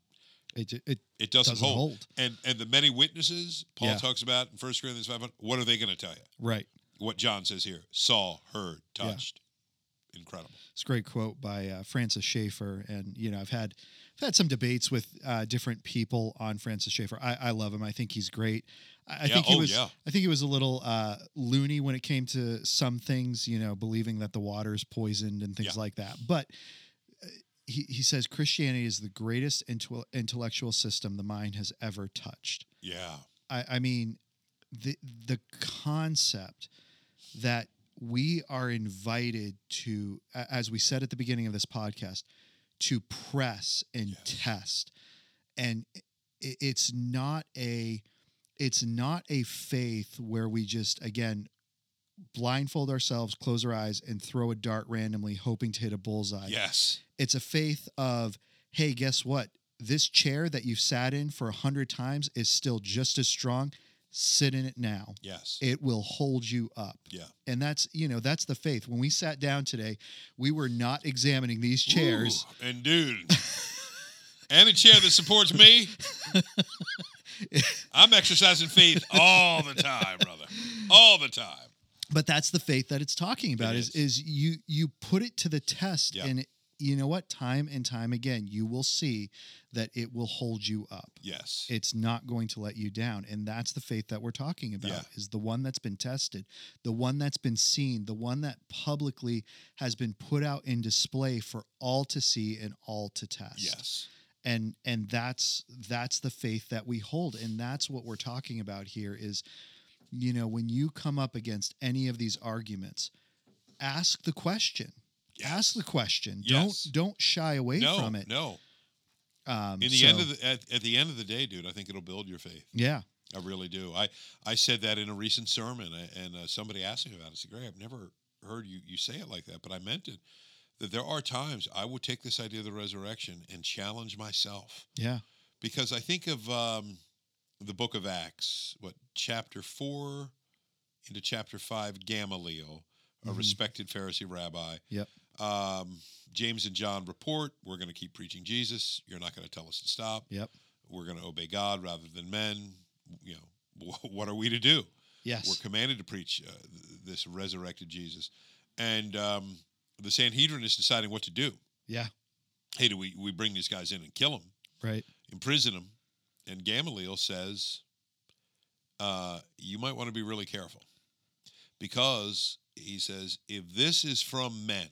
S1: it, it
S2: it doesn't,
S1: doesn't
S2: hold.
S1: hold.
S2: And and the many witnesses Paul
S1: Yeah.
S2: talks about in First Corinthians five hundred, what are they going to tell you?
S1: Right.
S2: What John says here: saw, heard,
S1: Yeah.
S2: touched. Incredible.
S1: It's a great quote by uh, Francis Schaeffer, and you know I've had I've had some debates with uh, different people on Francis Schaeffer. I, I love him. I think he's great. I, I
S2: Yeah,
S1: think he
S2: oh,
S1: was.
S2: yeah.
S1: I think he was a little uh, loony when it came to some things. You know, believing that the water is poisoned and things
S2: Yeah.
S1: like that. But uh, he he says Christianity is the greatest intel- intellectual system the mind has ever touched.
S2: Yeah.
S1: I, I mean, the the concept that we are invited to, a- as we said at the beginning of this podcast, to press and
S2: Yes.
S1: test, and i- it's not a it's not a faith where we just again blindfold ourselves, close our eyes, and throw a dart randomly, hoping to hit a bullseye.
S2: Yes.
S1: It's a faith of, hey, guess what? This chair that you've sat in for a hundred times is still just as strong. Sit in it now.
S2: Yes.
S1: It will hold you up.
S2: Yeah.
S1: And that's, you know, that's the faith. When we sat down today, we were not examining these chairs.
S2: Ooh, and dude, any chair that supports me, I'm exercising faith all the time, brother. All the time.
S1: But that's the faith that it's talking about
S2: It
S1: is.
S2: is.
S1: is you you put it to the test
S2: Yeah.
S1: and it, you know what? Time and time again, you will see that it will hold you up.
S2: Yes.
S1: It's not going to let you down. And that's the faith that we're talking about
S2: Yeah.
S1: is the one that's been tested, the one that's been seen, the one that publicly has been put out in display for all to see and all to test
S2: yes.
S1: and and that's that's the faith that we hold and that's what we're talking about here is you know when you come up against any of these arguments ask the question ask the question
S2: Yes.
S1: don't don't shy away
S2: no,
S1: from it
S2: No.
S1: um
S2: In the
S1: so-
S2: end of the at, at the end of the day, dude, I think it'll build your faith.
S1: yeah
S2: I really do. I I said that in a recent sermon, I- and uh, somebody asked me about it. I said, "Gray, I've never heard you you say it like that, but I meant it." That there are times I will take this idea of the resurrection and challenge myself
S1: yeah
S2: because I think of um, the Book of Acts, what chapter four into chapter five, Gamaliel, a
S1: Mhm.
S2: respected Pharisee rabbi.
S1: Yep.
S2: Um, James and John report, "We're going to keep preaching Jesus. You're not going to tell us to stop.
S1: Yep.
S2: We're going to obey God rather than men. You know, wh- what are we to do? We're
S1: yes
S2: commanded to preach uh, th- this resurrected Jesus." And um, the Sanhedrin is deciding what to do.
S1: yeah
S2: Hey, do we we bring these guys in and kill them?
S1: right
S2: imprison him. And Gamaliel says, uh, You might want to be really careful because he says, If this is from men,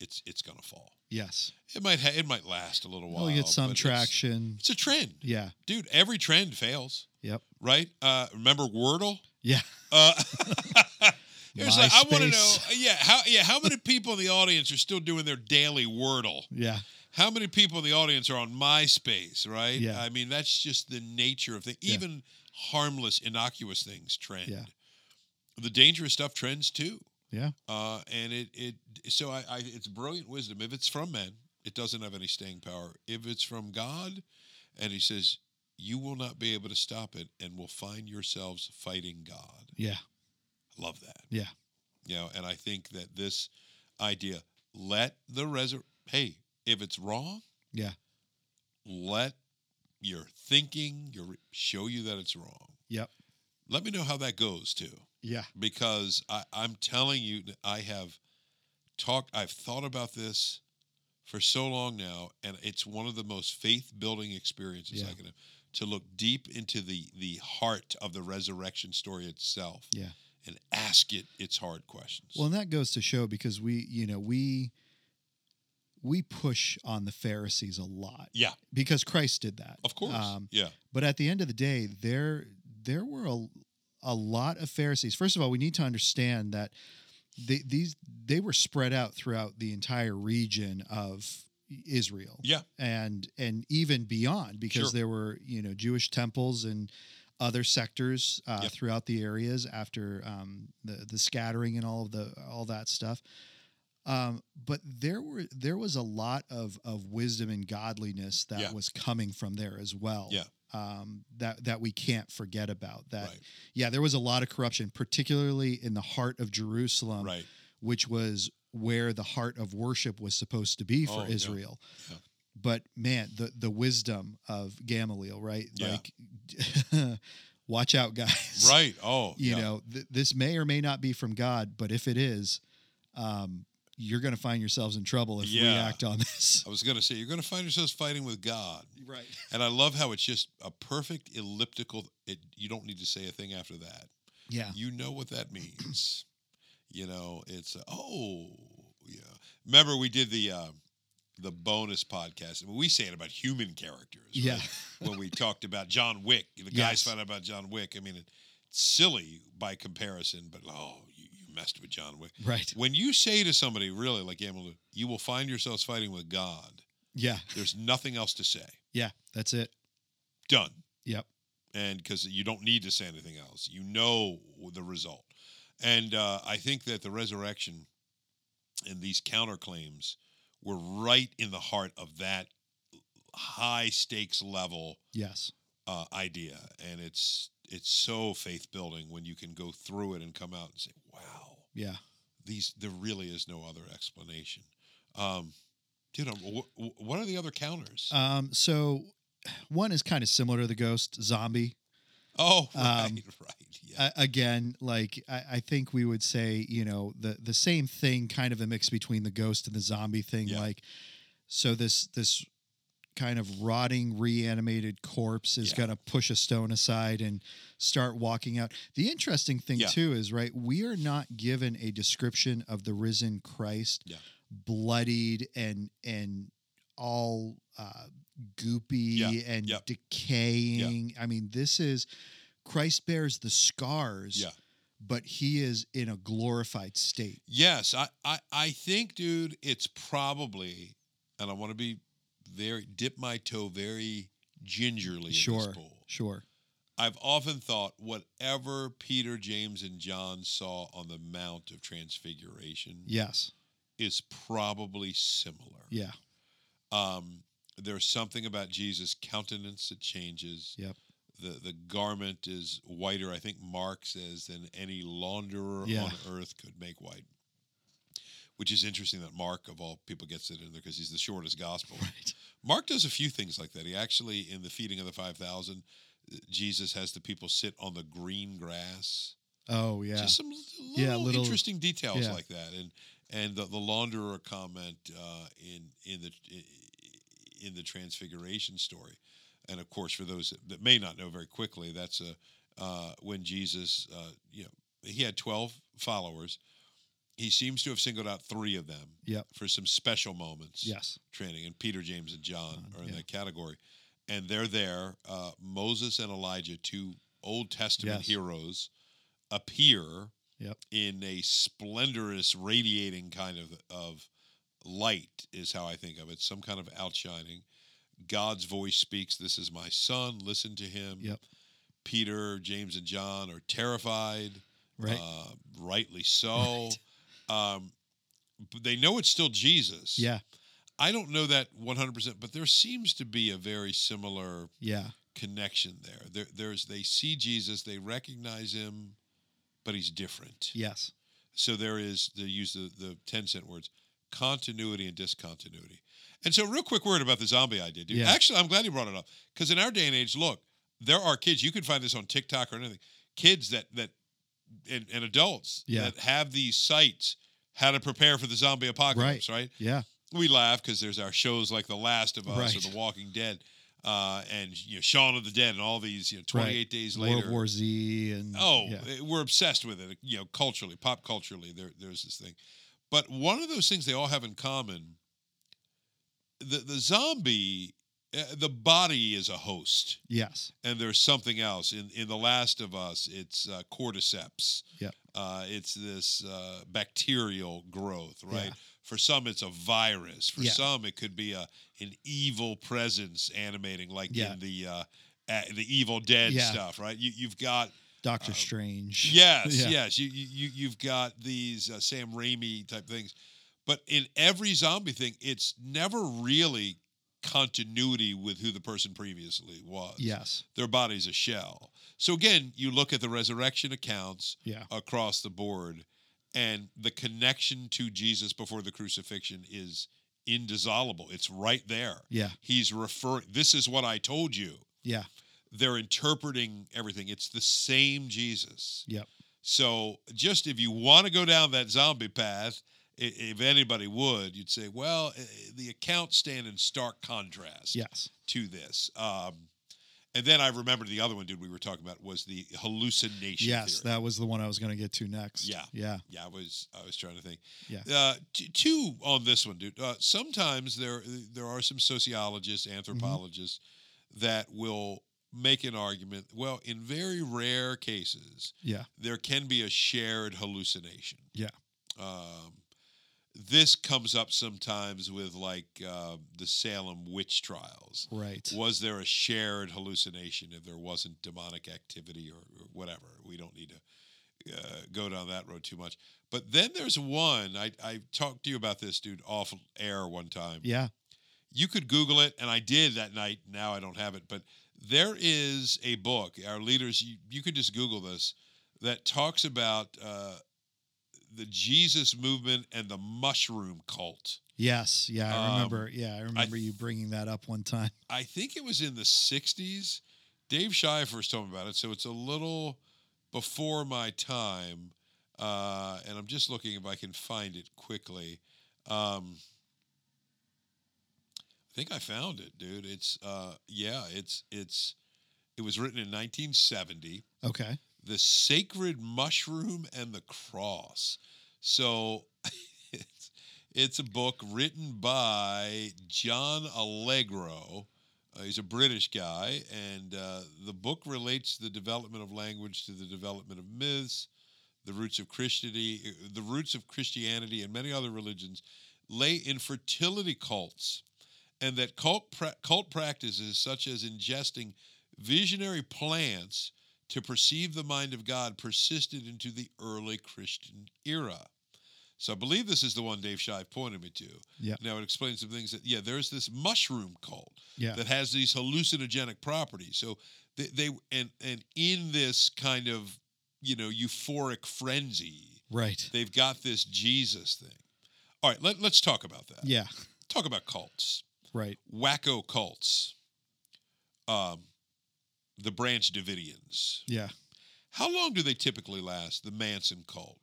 S2: it's it's going to fall.
S1: yes
S2: It might ha- it might last a little while.
S1: we'll get some
S2: but it's-
S1: traction
S2: It's, a trend,
S1: yeah
S2: dude. Every trend fails,
S1: yep
S2: right? Uh, remember Wordle?
S1: yeah
S2: Uh, it was like, I want to know,
S1: MySpace.
S2: yeah, how yeah, how many people in the audience are still doing their daily Wordle?
S1: yeah
S2: How many people in the audience are on MySpace, right?
S1: Yeah.
S2: I mean, that's just the nature of things.
S1: Yeah.
S2: Even harmless, innocuous things trend.
S1: Yeah.
S2: The dangerous stuff trends too.
S1: Yeah.
S2: Uh, and it it so I, I it's brilliant wisdom. If it's from men, it doesn't have any staying power. If it's from God, and He says, "You will not be able to stop it, and will find yourselves fighting God."
S1: yeah
S2: Love that.
S1: Yeah.
S2: You know, and I think that this idea, let the resur hey, if it's wrong,
S1: Yeah.
S2: Let your thinking, your show you that it's wrong.
S1: Yep.
S2: Let me know how that goes too.
S1: yeah
S2: Because I, I'm telling you that I have talked I've thought about this for so long now, and it's one of the most faith building experiences
S1: Yeah.
S2: I can have to look deep into the the heart of the resurrection story itself
S1: Yeah.
S2: and ask it its hard questions.
S1: Well, and that goes to show because we, you know, we we push on the Pharisees a lot.
S2: Yeah.
S1: Because Christ did that.
S2: of course.
S1: Um,
S2: yeah.
S1: but at the end of the day, there there were a, a lot of Pharisees. First of all, we need to understand that they, these they were spread out throughout the entire region of Israel
S2: Yeah.
S1: and and even beyond because
S2: Sure.
S1: there were you know Jewish temples and other sectors uh,
S2: Yep.
S1: throughout the areas after um, the the scattering and all of the all that stuff. Um, but there were there was a lot of of wisdom and godliness that
S2: Yeah.
S1: was coming from there as well.
S2: Yeah.
S1: Um, that that we can't forget about that.
S2: right.
S1: Yeah, there was a lot of corruption, particularly in the heart of Jerusalem,
S2: right.
S1: which was where the heart of worship was supposed to be for
S2: Oh, yeah.
S1: Israel.
S2: Yeah.
S1: But man, the the wisdom of Gamaliel, right?
S2: Yeah.
S1: Like, watch out, guys.
S2: Right. Oh.
S1: You
S2: yeah.
S1: know, th- this may or may not be from God, but if it is, um, you're going to find yourselves in trouble if we
S2: Yeah.
S1: act on this.
S2: I was gonna say you're gonna find yourselves fighting with God.
S1: Right.
S2: And I love how it's just a perfect elliptical it you don't need to say a thing after that.
S1: Yeah.
S2: you know what that means. you know, it's uh, oh yeah. Remember we did the uh, the bonus podcast. I mean, we say it about human characters. right?
S1: Yeah.
S2: when we talked about John Wick, the guys
S1: Yes.
S2: found out about John Wick. I mean, it's silly by comparison, but oh, you, you messed with John Wick.
S1: Right.
S2: When you say to somebody, really, like Emily, you will find yourselves fighting with God.
S1: Yeah.
S2: There's nothing else to say.
S1: Yeah. That's it.
S2: Done
S1: Yep.
S2: and because you don't need to say anything else you know the result and uh, i think that the resurrection and these counterclaims were right in the heart of that high stakes level
S1: Yes.
S2: uh, idea and it's it's so faith building when you can go through it and come out and say wow
S1: Yeah.
S2: these there really is no other explanation um dude um, wh- wh- what are the other counters
S1: Um, so one is kind of similar to the ghost zombie.
S2: oh right
S1: um,
S2: right yeah
S1: uh, again, like I, I think we would say, you know, the the same thing, kind of a mix between the ghost and the zombie thing.
S2: Yeah.
S1: Like, So this this kind of rotting reanimated corpse is
S2: Yeah.
S1: going to push a stone aside and start walking out. The interesting thing
S2: Yeah.
S1: too is right we are not given a description of the risen Christ
S2: Yeah.
S1: bloodied and and all uh goopy
S2: Yeah,
S1: and
S2: yep.
S1: decaying. I mean this is Christ bears the scars
S2: Yeah.
S1: but he is in a glorified state.
S2: Yes, I, I, I think, dude, it's probably, and I want to be very dip my toe very gingerly in
S1: Sure.
S2: this pool.
S1: Sure.
S2: I've often thought whatever Peter, James, and John saw on the Mount of Transfiguration
S1: Yes.
S2: is probably similar.
S1: Yeah.
S2: Um, there's something about Jesus' countenance that changes.
S1: Yep.
S2: The the garment is whiter. I think Mark says than any launderer
S1: Yeah.
S2: on earth could make white. Which is interesting that Mark, of all people, gets it in there because he's the shortest gospel.
S1: Right.
S2: Mark does a few things like that. He actually, in the feeding of the five thousand, uh, Jesus has the people sit on the green grass.
S1: Oh yeah.
S2: Just some little,
S1: Yeah, little-
S2: interesting details
S1: yeah.
S2: like that, and and the, the launderer comment uh, in in the in the Transfiguration story, and of course for those that may not know very quickly, that's a uh, when Jesus, uh, you know, he had twelve followers. He seems to have singled out three of them
S1: Yep.
S2: for some special moments
S1: yes.
S2: training, and Peter, James, and John
S1: John,
S2: are in
S1: Uh, yeah.
S2: that category. And they're there. Uh, Moses and Elijah, two Old Testament
S1: Yes.
S2: heroes, appear
S1: Yep.
S2: in a splendorous, radiating kind of of light. Is how I think of it. Some kind of outshining. God's voice speaks. This is my son. Listen to him.
S1: Yep.
S2: Peter, James, and John are terrified
S1: Right.
S2: uh, rightly so. Um, but they know it's still Jesus.
S1: yeah.
S2: I don't know that 100%, but there seems to be a very similar
S1: Yeah.
S2: connection there. there there's they see Jesus, they recognize him, but he's different.
S1: Yes.
S2: So there is they use the the 10 cent words continuity and discontinuity. And so real quick word about the zombie idea, dude.
S1: Yeah.
S2: Actually, I'm glad you brought it up cuz in our day and age, look, there are kids, you can find this on TikTok or anything. Kids that that and, and adults
S1: Yeah.
S2: that have these sites how to prepare for the zombie apocalypse, right?
S1: Yeah.
S2: we laugh because there's our shows like The Last of Us
S1: Right.
S2: or The Walking Dead, uh, and you know Shaun of the Dead, and all these you know 28
S1: Right.
S2: days later.
S1: World War Z and
S2: oh,
S1: yeah.
S2: eh, we're obsessed with it. You know, culturally, pop culturally, there, there's this thing. But one of those things they all have in common: the the zombie, eh, the body is a host
S1: yes.
S2: and there's something else in in the last of us it's uh, cordyceps
S1: Yep.
S2: uh, it's this uh, bacterial growth right
S1: Yeah.
S2: for some it's a virus for
S1: Yeah.
S2: some it could be a an evil presence animating like
S1: Yeah.
S2: in the uh, a- the evil dead
S1: Yeah.
S2: stuff right you, you've got
S1: Doctor
S2: uh,
S1: Strange.
S2: yes
S1: Yeah.
S2: yes you, you you- you've got these uh, sam raimi type things but in every zombie thing it's never really continuity with who the person previously was
S1: Yes.
S2: their body's a shell. So again, you look at the resurrection accounts
S1: Yeah.
S2: across the board, and the connection to Jesus before the crucifixion is indissoluble. It's right there.
S1: Yeah.
S2: He's referring, this is what I told you.
S1: Yeah.
S2: They're interpreting everything. It's the same Jesus.
S1: Yep.
S2: So just if you want to go down that zombie path, i- if anybody would, you'd say, well, eh, the accounts stand in stark contrast
S1: Yes.
S2: to this. Um, and then I remembered the other one, dude, we were talking about was the hallucination.
S1: Yes.
S2: theory.
S1: That was the one I was going to get to next.
S2: Yeah.
S1: Yeah.
S2: yeah, I was I was trying to think.
S1: Yeah.
S2: uh, t- two on this one, dude. Uh, sometimes there there are some sociologists,
S1: Mm-hmm.
S2: anthropologists that will make an argument. Well, in very rare cases,
S1: Yeah.
S2: there can be a shared hallucination.
S1: Yeah.
S2: Um, this comes up sometimes with like uh, the Salem witch trials.
S1: Right.
S2: Was there a shared hallucination if there wasn't demonic activity or, or whatever? We don't need to uh, go down that road too much. But then there's one, I, I talked to you about this dude off air one time.
S1: Yeah.
S2: You could Google it, and I did that night. Now I don't have it, but there is a book, our leaders, you, you could just Google this, that talks about uh, the Jesus movement and the mushroom cult.
S1: Yes. Yeah. I
S2: Um,
S1: remember. Yeah. I remember you bringing that up one time.
S2: I think it was in the 60s. Dave Shy first told me about it, so it's a little before my time. Uh, and I'm just looking if I can find it quickly. Um, think I found it, dude. It's uh yeah, it's it's it was written in 1970.
S1: Okay.
S2: The Sacred Mushroom and the Cross. So it's, it's a book written by John Allegro. Uh, he's a British guy, and uh, the book relates the development of language to the development of myths, the roots of Christianity, uh, the roots of Christianity, and many other religions lay in fertility cults, and that cult pra- cult practices such as ingesting visionary plants to perceive the mind of God persisted into the early Christian era. So I believe this is the one Dave Shive pointed me to.
S1: Yeah.
S2: Now it explains some things that yeah, there's this mushroom cult
S1: Yeah.
S2: that has these hallucinogenic properties. So they, they and and in this kind of you know euphoric frenzy,
S1: right.
S2: they've got this Jesus thing. All right, let, let's talk about that.
S1: Yeah.
S2: Talk about cults,
S1: Right.
S2: wacko cults, um, the Branch Davidians.
S1: Yeah.
S2: How long do they typically last? The Manson cult.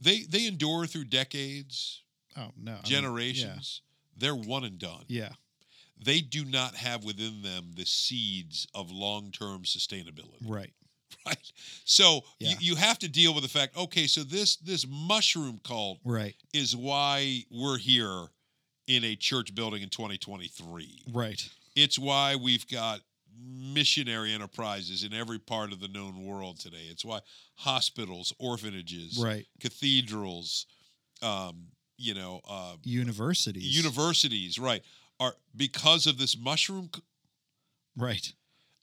S2: They they endure through decades,
S1: Oh no. I mean,
S2: generations. They're one and done.
S1: yeah. yeah.
S2: They do not have within them the seeds of long term sustainability.
S1: Right.
S2: Right. So
S1: Yeah.
S2: you, you have to deal with the fact. Okay, so this this mushroom cult
S1: Right.
S2: is why we're here in a church building in 2023.
S1: Right.
S2: It's why we've got missionary enterprises in every part of the known world today. It's why hospitals, orphanages,
S1: Right.
S2: cathedrals, um, you know, uh,
S1: Universities.
S2: universities, right, are because of this mushroom. c-
S1: Right.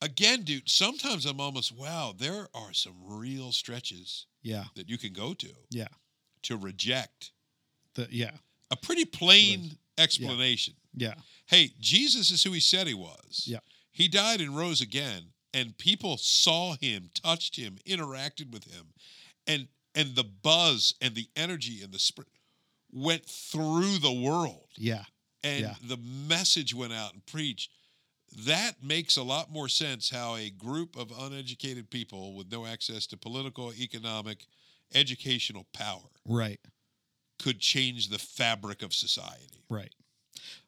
S2: Again, dude, sometimes I'm almost, wow, there are some real stretches
S1: Yeah.
S2: that you can go to.
S1: Yeah.
S2: To reject
S1: The yeah.
S2: a pretty plain explanation.
S1: Yeah.
S2: hey, Jesus is who he said he was.
S1: Yeah.
S2: He died and rose again, and people saw him, touched him, interacted with him, and and the buzz and the energy and the spread went through the world,
S1: Yeah.
S2: and
S1: Yeah.
S2: the message went out and preached. That makes a lot more sense how a group of uneducated people with no access to political, economic, educational power
S1: Right.
S2: could change the fabric of society.
S1: Right.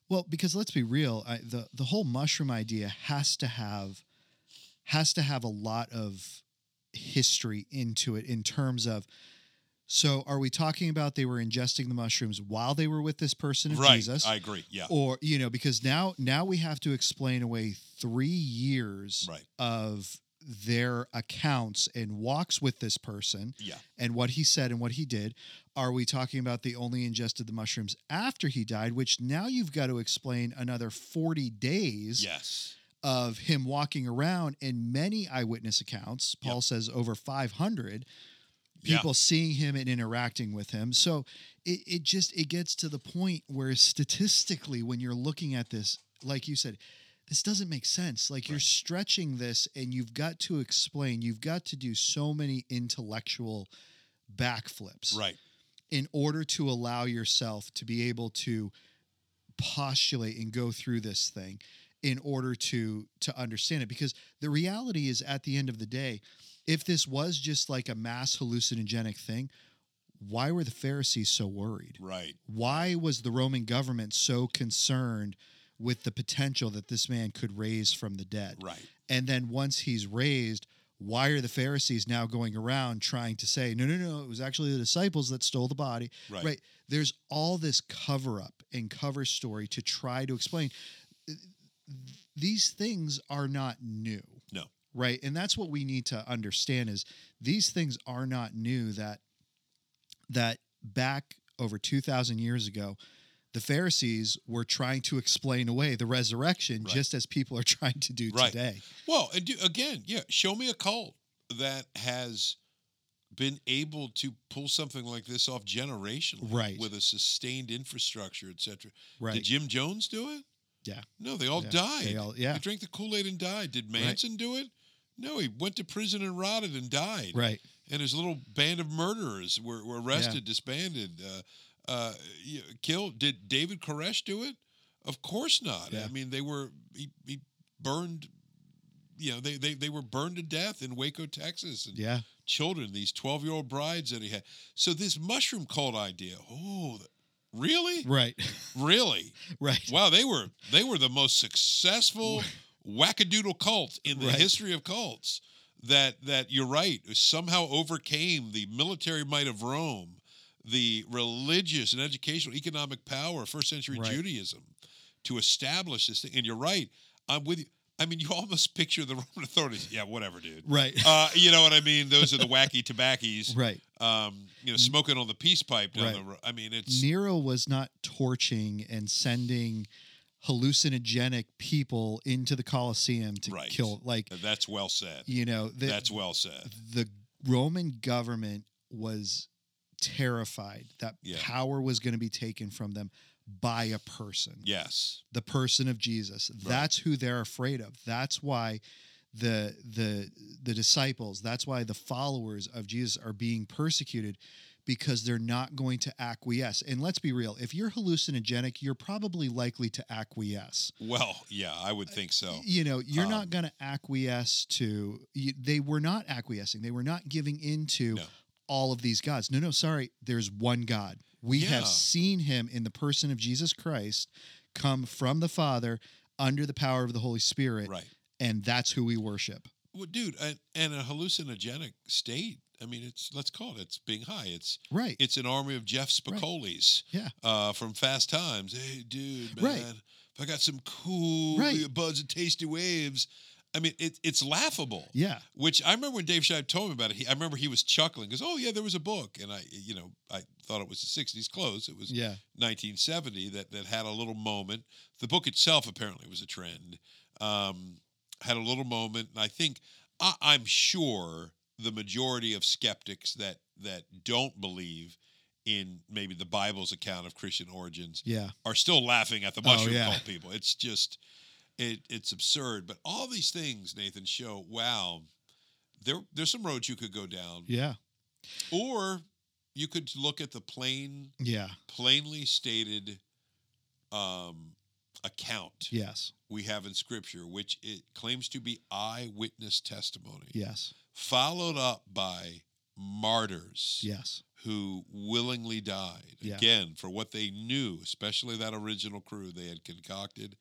S1: Well, because let's be real, I, the the whole mushroom idea has to have has to have a lot of history into it in terms of. So, are we talking about they were ingesting the mushrooms while they were with this person of
S2: Right.
S1: Jesus,
S2: I agree. Yeah.
S1: or you know, because now now we have to explain away three years
S2: Right.
S1: of their accounts and walks with this person
S2: Yeah.
S1: and what he said and what he did. Are we talking about they only ingested the mushrooms after he died, which now you've got to explain another 40 days
S2: Yes.
S1: of him walking around in many eyewitness accounts? Paul
S2: Yep.
S1: says over 500
S2: Yeah.
S1: people seeing him and interacting with him. So it, it just it gets to the point where statistically when you're looking at this, like you said, this doesn't make sense. Like you're
S2: Right.
S1: stretching this and you've got to explain, you've got to do so many intellectual backflips
S2: Right.
S1: in order to allow yourself to be able to postulate and go through this thing in order to to understand it because the reality is at the end of the day if this was just like a mass hallucinogenic thing why were the pharisees so worried
S2: Right.
S1: why was the roman government so concerned with the potential that this man could raise from the dead
S2: Right.
S1: and then once he's raised, why are the Pharisees now going around trying to say, no, no, no, it was actually the disciples that stole the body?
S2: Right.
S1: There's all this cover up and cover story to try to explain. These things are not new.
S2: No.
S1: Right. And that's what we need to understand is these things are not new that that back over 2000 years ago the Pharisees were trying to explain away the resurrection
S2: Right.
S1: just as people are trying to do
S2: Right.
S1: today.
S2: Well, and do, again, yeah, show me a cult that has been able to pull something like this off generationally
S1: Right.
S2: with a sustained infrastructure, et cetera.
S1: Right.
S2: Did Jim Jones do it?
S1: Yeah.
S2: No, they all
S1: Yeah.
S2: died.
S1: They all- yeah.
S2: They drank the Kool Aid and died. Did
S1: Right.
S2: Manson do it? No, he went to prison and rotted and died.
S1: Right.
S2: And his little band of murderers were, were arrested, disbanded, uh, uh, you know, killed. Did David Koresh do it? Of course not.
S1: Yeah.
S2: I mean, they were he, he burned. You know, they, they they were burned to death in Waco, Texas, and
S1: Yeah.
S2: children, these twelve year old brides that he had. So this mushroom cult idea, oh, Really?
S1: Right.
S2: Really?
S1: Right.
S2: Wow, they were they were the most successful wackadoodle cult in the
S1: Right.
S2: history of cults. That that you're right somehow overcame the military might of Rome, the religious and educational economic power of first century
S1: Right.
S2: Judaism, to establish this thing. And you're right. I'm with you. I mean, you almost picture the Roman authorities. Yeah, whatever, dude.
S1: Right.
S2: Uh, you know what I mean? Those are the wacky tobackies.
S1: right.
S2: Um, you know, smoking on the peace pipe down
S1: Right.
S2: the road. I mean, it's
S1: Nero was not torching and sending hallucinogenic people into the Colosseum to
S2: Right.
S1: kill. Like
S2: that's well said.
S1: you know, the,
S2: That's well said.
S1: the Roman government was terrified that
S2: Yeah.
S1: power was going to be taken from them by a person.
S2: Yes.
S1: the person of Jesus.
S2: Right.
S1: That's who they're afraid of. That's why the the the disciples, that's why the followers of Jesus are being persecuted because they're not going to acquiesce. And let's be real, if you're hallucinogenic, you're probably likely to acquiesce.
S2: Well, yeah, I would think so.
S1: You know, you're
S2: Um,
S1: not going to acquiesce to you, they were not acquiescing. They were not giving into
S2: No.
S1: all of these gods. No, no, sorry. There's one God. We
S2: Yeah.
S1: have seen him in the person of Jesus Christ come from the Father under the power of the Holy Spirit,
S2: Right.
S1: and that's who we worship.
S2: Well, dude, and, and a hallucinogenic state. I mean, it's let's call it. It's being high. It's
S1: Right.
S2: it's an army of Jeff
S1: Right.
S2: Spicolis.
S1: Yeah.
S2: Uh, from Fast Times. Hey, dude, man.
S1: Right.
S2: If I got some cool
S1: Right.
S2: buds and tasty waves. I mean, it, it's laughable.
S1: yeah.
S2: Which I remember when Dave Shive told me about it. He, I remember he was chuckling because, oh yeah, there was a book, and I, you know, I thought it was the '60s. Close. It was
S1: Yeah.
S2: 1970 that that had a little moment. The book itself apparently was a trend. Um, had a little moment, and I think I, I'm sure the majority of skeptics that that don't believe in maybe the Bible's account of Christian origins
S1: Yeah.
S2: are still laughing at the
S1: Oh,
S2: mushroom
S1: yeah.
S2: cult people. It's just it it's absurd. But all these things, Nathan, show wow. There, there's some roads you could go down,
S1: Yeah.
S2: or you could look at the plain
S1: Yeah.
S2: plainly stated um, account
S1: Yes.
S2: we have in Scripture, which it claims to be eyewitness testimony,
S1: Yes.
S2: followed up by martyrs
S1: Yes.
S2: who willingly died
S1: Yeah.
S2: again for what they knew, especially that original crew they had concocted.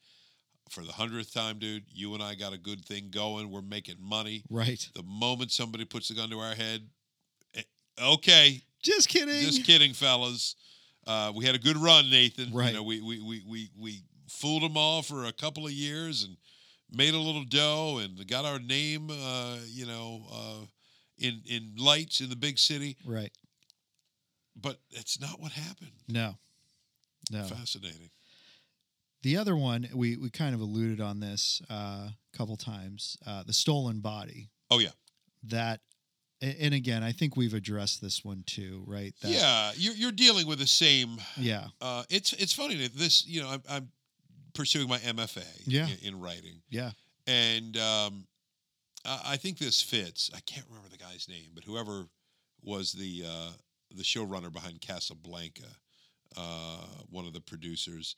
S2: For the hundredth time, dude, you and I got a good thing going. We're making money.
S1: Right.
S2: The moment somebody puts the gun to our head, eh, okay,
S1: Just kidding.
S2: just kidding, fellas. Uh, we had a good run, Nathan.
S1: Right.
S2: You know, we, we, we, we, we fooled them all for a couple of years and made a little dough and got our name, uh, you know, uh, in, in lights in the big city.
S1: right.
S2: But that's not what happened.
S1: No. No.
S2: Fascinating.
S1: The other one we we kind of alluded on this uh, a couple times. Uh, the stolen body.
S2: Oh, yeah.
S1: That a- and again, I think we've addressed this one too, right? That,
S2: yeah. You're, you're dealing with the same.
S1: Yeah.
S2: Uh, it's, it's funny that this, you know, I'm, I'm pursuing my MFA
S1: Yeah.
S2: in, in writing.
S1: Yeah.
S2: And um, I, I think this fits. I can't remember the guy's name, but whoever was the uh, the showrunner behind Casablanca, uh, one of the producers.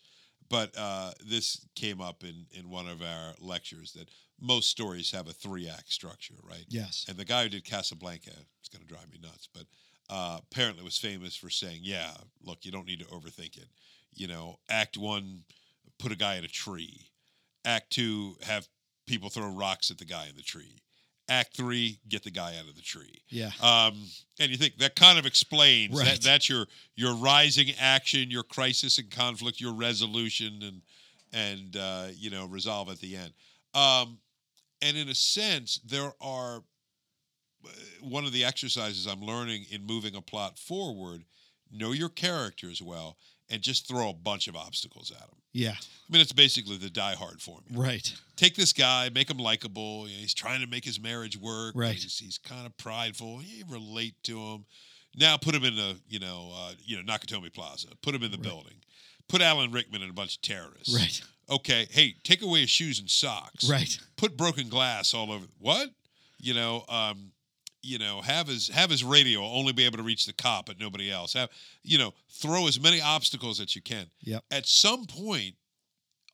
S2: But uh, this came up in, in one of our lectures that most stories have a three act structure, right?
S1: Yes.
S2: And the guy who did Casablanca is going to drive me nuts, but uh, apparently was famous for saying, "Yeah, look, you don't need to overthink it. You know, Act One, put a guy in a tree. Act Two, have people throw rocks at the guy in the tree. Act Three, get the guy out of the tree."
S1: Yeah.
S2: Um, and you think that kind of explains
S1: Right.
S2: that that's your your rising action, your crisis and conflict, your resolution, and and uh, you know resolve at the end. Um, and in a sense, there are uh, one of the exercises I'm learning in moving a plot forward. Know your characters well, and just throw a bunch of obstacles at them.
S1: Yeah.
S2: I mean, it's basically the Die Hard formula
S1: Right.
S2: take this guy, make him likable. You know, he's trying to make his marriage work.
S1: Right.
S2: He's, he's kind of prideful. You relate to him. Now put him in the you know uh, you know Nakatomi Plaza. Put him in the
S1: Right.
S2: building. Put Alan Rickman and a bunch of terrorists.
S1: Right.
S2: Okay. Hey, take away his shoes and socks.
S1: Right.
S2: Put broken glass all over. What? You know. Um. You know. Have his have his radio only be able to reach the cop, but nobody else. Have you know. Throw as many obstacles as you can
S1: Yep.
S2: at some point,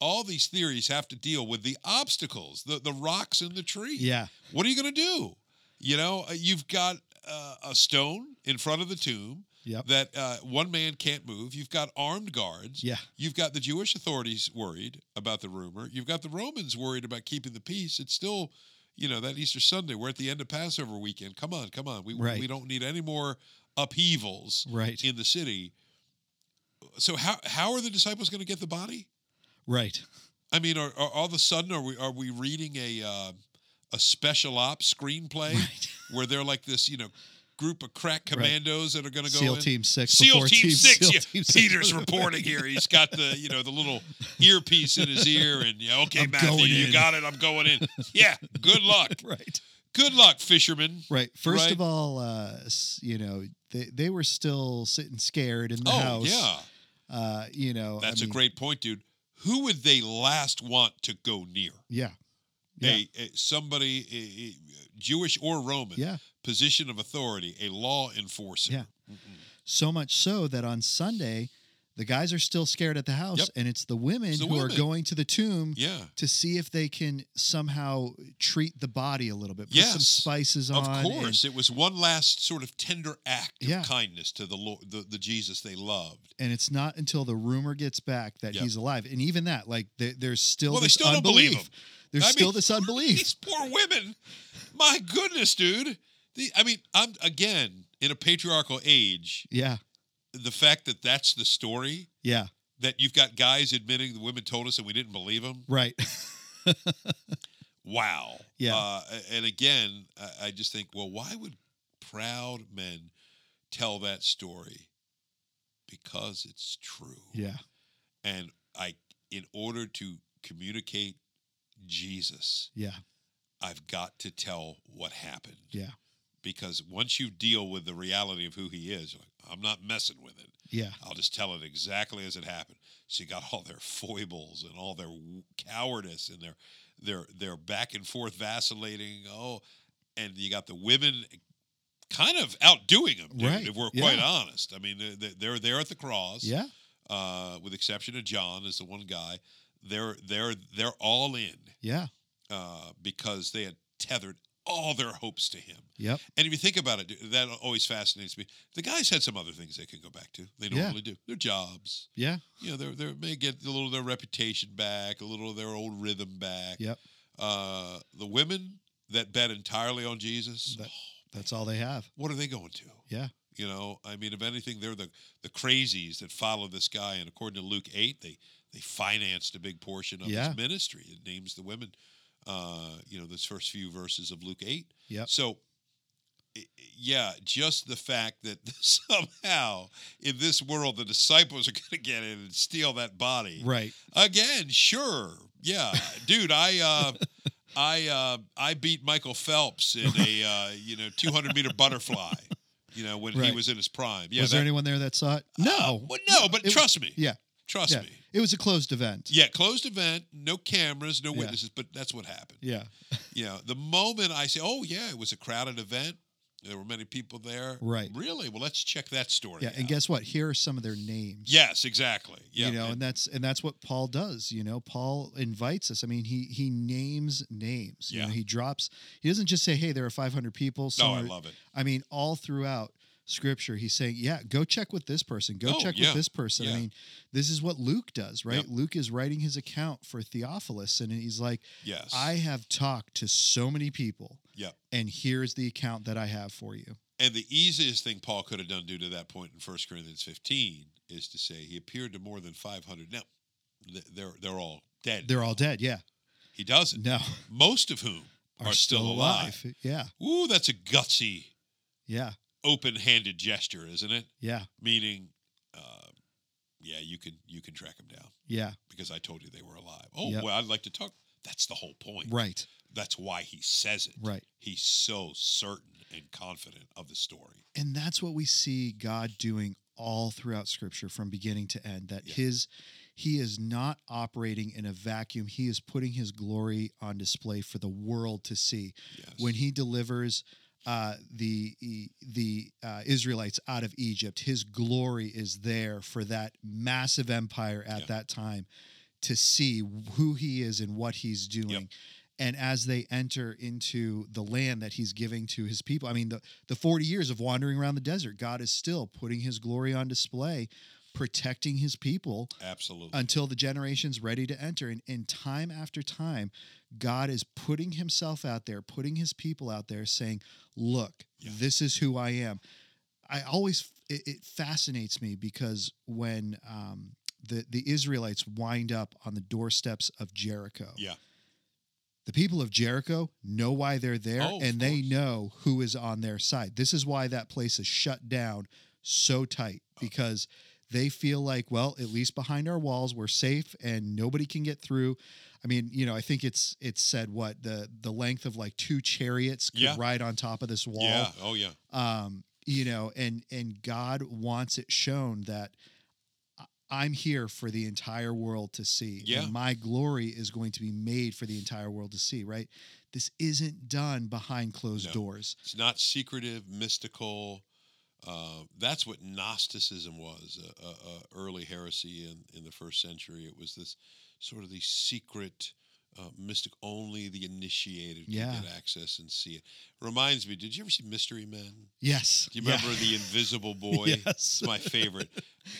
S2: all these theories have to deal with the obstacles, the, the rocks in the tree.
S1: Yeah.
S2: What are you going to do? You know, uh, you've got uh, a stone in front of the tomb.
S1: Yep.
S2: that uh, one man can't move. You've got armed guards.
S1: Yeah.
S2: You've got the Jewish authorities worried about the rumor. You've got the Romans worried about keeping the peace. It's still, you know, that Easter Sunday. We're at the end of Passover weekend. Come on, come on. We
S1: Right.
S2: we don't need any more upheavals
S1: Right.
S2: in the city. So how how are the disciples going to get the body?
S1: Right.
S2: I mean, are, are all of a sudden are we are we reading a uh, a special ops screenplay
S1: Right.
S2: where they're like this, you know, group of crack commandos that are going to go
S1: SEAL
S2: in?
S1: Team Six.
S2: SEAL
S1: before
S2: Team, Six.
S1: SEAL
S2: yeah.
S1: Team Six.
S2: Peter's reporting here. He's got the you know the little earpiece in his ear, and yeah, okay,
S1: I'm
S2: Matthew,
S1: going
S2: you
S1: in.
S2: got it. I'm going in. Yeah, good luck.
S1: right.
S2: Good luck, fisherman.
S1: Right. First
S2: Right.
S1: of all, uh, s- you know they they were still sitting scared in the
S2: oh
S1: house.
S2: yeah,
S1: Uh, you know I
S2: that's
S1: mean,
S2: a great point, dude. Who would they last want to go near?
S1: Yeah. Yeah.
S2: A, a- somebody a- a- Jewish or Roman
S1: Yeah.
S2: position of authority, a law enforcer.
S1: Yeah. So much so that on Sunday, the guys are still scared at the house,
S2: Yep.
S1: and it's the women
S2: It's the
S1: who
S2: women.
S1: are going to the tomb
S2: Yeah.
S1: to see if they can somehow treat the body a little bit. Put some
S2: Yes,
S1: spices on.
S2: Of
S1: and-
S2: course, it was one last sort of tender act of
S1: Yeah.
S2: kindness to the Lord, the, the Jesus they loved.
S1: And, it's not until the rumor gets back that
S2: Yep.
S1: he's alive. And even that, like, there, there's still
S2: Well, they
S1: this
S2: still don't
S1: unbelief.
S2: believe him.
S1: There's
S2: I
S1: still
S2: mean,
S1: this unbelief.
S2: These poor women. My goodness, dude. The, I mean, I'm again in a patriarchal age.
S1: yeah.
S2: The fact that that's the story
S1: Yeah.
S2: that you've got guys admitting the women told us and we didn't believe them.
S1: Right.
S2: Wow.
S1: Yeah.
S2: Uh, and again, I, I just think, well, why would proud men tell that story? Because it's true.
S1: yeah.
S2: And I, in order to communicate Jesus,
S1: Yeah.
S2: I've got to tell what happened.
S1: Yeah.
S2: Because once you deal with the reality of who he is, you're like, I'm not messing with it.
S1: Yeah.
S2: I'll just tell it exactly as it happened. So you got all their foibles and all their w- cowardice and their their their back and forth vacillating. Oh, and you got the women kind of outdoing them, dude,
S1: Right,
S2: if we're
S1: yeah.
S2: quite honest. I mean, they're, they're there at the cross
S1: Yeah.
S2: uh, with the exception of John is the one guy. They're they're they're all in
S1: Yeah.
S2: uh, because they had tethered all their hopes to him.
S1: Yep.
S2: And if you think about it, that always fascinates me. The guys had some other things they could go back to. They
S1: Yeah.
S2: normally do their jobs.
S1: Yeah.
S2: You know, they they may get a little of their reputation back, a little of their old rhythm back.
S1: Yep.
S2: Uh, the women that bet entirely on Jesus,
S1: That- That's all they have.
S2: what are they going to?
S1: Yeah.
S2: You know, I mean, if anything, they're the the crazies that follow this guy. And according to Luke eight, they they financed a big portion of
S1: Yeah.
S2: his ministry. It names the women. Uh, you know, those first few verses of Luke eight.
S1: Yep.
S2: So, i- i- yeah, just the fact that somehow in this world the disciples are going to get in and steal that body
S1: Right.
S2: again. Sure, yeah, dude, I. Uh, I uh, I beat Michael Phelps in a uh, you know 200 meter butterfly, you know when he
S1: Right.
S2: was in his prime. Yeah,
S1: was there
S2: that- Uh,
S1: anyone there that saw it? No.
S2: well, no, but
S1: It-
S2: trust me.
S1: yeah.
S2: Trust
S1: yeah.
S2: me.
S1: It was a closed event.
S2: Yeah, closed event, no cameras, no
S1: Yeah.
S2: witnesses, but that's what happened.
S1: Yeah.
S2: You know, the moment I say, "Oh yeah, it was a crowded event. There were many people there."
S1: Right.
S2: Really? Well, let's check that story.
S1: Yeah. And
S2: out.
S1: guess what? Here are some of their names.
S2: Yes, exactly. Yeah. Oh,
S1: you know,
S2: and-
S1: and that's and that's what Paul does. You know, Paul invites us. I mean, he he names names. You
S2: Yeah.
S1: know, he drops. He doesn't just say, "Hey, there are 500 people."
S2: no,
S1: some
S2: I
S1: are-"
S2: love it.
S1: I mean, all throughout Scripture, he's saying, "Yeah, go check with this person. Go
S2: Oh,
S1: check
S2: yeah.
S1: with this person."
S2: Yeah.
S1: I mean, this is what Luke does, right?
S2: Yep.
S1: Luke is writing his account for Theophilus, and he's like,
S2: Yes.
S1: "I have talked to so many people,
S2: Yep.
S1: and here's the account that I have for you."
S2: And the easiest thing Paul could have done due to that point in 1 Corinthians 15 is to say he appeared to more than 500. Now, th- they're they're all dead.
S1: They're all dead. Yeah,
S2: he doesn't.
S1: no,
S2: Most of whom are, still, alive.
S1: Yeah,
S2: Ooh, that's a gutsy,
S1: yeah,
S2: open-handed gesture, isn't it?
S1: yeah,
S2: Meaning, uh, yeah, you can you can track them down
S1: yeah.
S2: because I told you they were alive. Oh,
S1: Yep.
S2: well, I'd like to talk. That's the whole point.
S1: Right,
S2: That's why he says it.
S1: right.
S2: He's so certain and confident of the story.
S1: and that's what we see God doing all throughout scripture from beginning to end that
S2: Yeah.
S1: his he is not operating in a vacuum he is putting his glory on display for the world to see
S2: Yes.
S1: when he delivers uh, the the uh, Israelites out of Egypt his glory is there for that massive empire at
S2: Yeah.
S1: that time to see who he is and what he's doing and as they enter into the land that he's giving to his people i mean the, the 40 years of wandering around the desert god is still putting his glory on display protecting his people
S2: Absolutely.
S1: until the generation's ready to enter and, and time after time god is putting himself out there putting his people out there saying look
S2: Yeah.
S1: this is who i am i always it, it fascinates me because when um, the, the israelites wind up on the doorsteps of jericho
S2: yeah.
S1: the people of Jericho know why they're there
S2: Oh, of
S1: and they
S2: course.
S1: know who is on their side. This is why that place is shut down so tight
S2: Oh.
S1: because they feel like, well, at least behind our walls we're safe and nobody can get through. I mean, you know, I think it's it's said what the the length of like two chariots could
S2: Yeah.
S1: ride on top of this wall
S2: Yeah. Oh yeah.
S1: um, you know, and and God wants it shown that I- I'm here for the entire world to see.
S2: Yeah.
S1: and my glory is going to be made for the entire world to see. Right? This isn't done behind closed
S2: No.
S1: doors.
S2: It's not secretive, mystical. Uh, that's what Gnosticism was, a, a, a early heresy in, in the first century. It was this sort of the secret, uh, mystic, only the initiated can
S1: Yeah.
S2: get access and see it. Reminds me, did you ever see Mystery Men?
S1: Yes.
S2: Do you
S1: Yeah.
S2: remember the Invisible Boy?
S1: Yes.
S2: It's my favorite.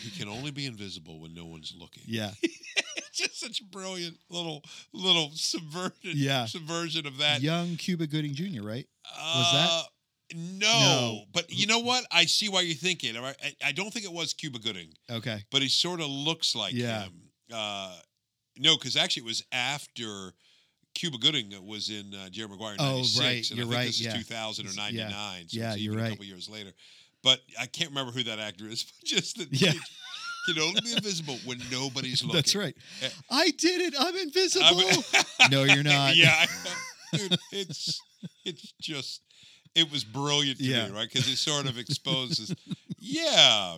S2: he can only be invisible when no one's looking.
S1: Yeah.
S2: Just such a brilliant little little subverted
S1: Yeah.
S2: subversion of that.
S1: Young Cuba Gooding Jr. Right? Was that-
S2: Uh, No,
S1: No.
S2: but you know what? I see why you're thinking. All right, I, I don't think it was Cuba Gooding,
S1: Okay.
S2: but he sort of looks like
S1: Yeah.
S2: him. Uh, no, because actually it was after Cuba Gooding was in uh, Jerry Maguire in
S1: Oh,
S2: '96,
S1: right,
S2: and
S1: you're
S2: I think
S1: right,
S2: this is
S1: yeah.
S2: 2000 or
S1: It's- yeah.
S2: '99. So
S1: Yeah,
S2: it's
S1: you're
S2: even
S1: right.
S2: A couple years later, but I can't remember who that actor is. But just that
S1: Yeah.
S2: he can only be invisible when nobody's looking.
S1: That's right.
S2: Eh.
S1: I did it. I'm invisible.
S2: I'm-
S1: no, you're not.
S2: yeah, I- dude, it's it's just it was brilliant to
S1: Yeah.
S2: me, right? Because it sort of exposes. yeah,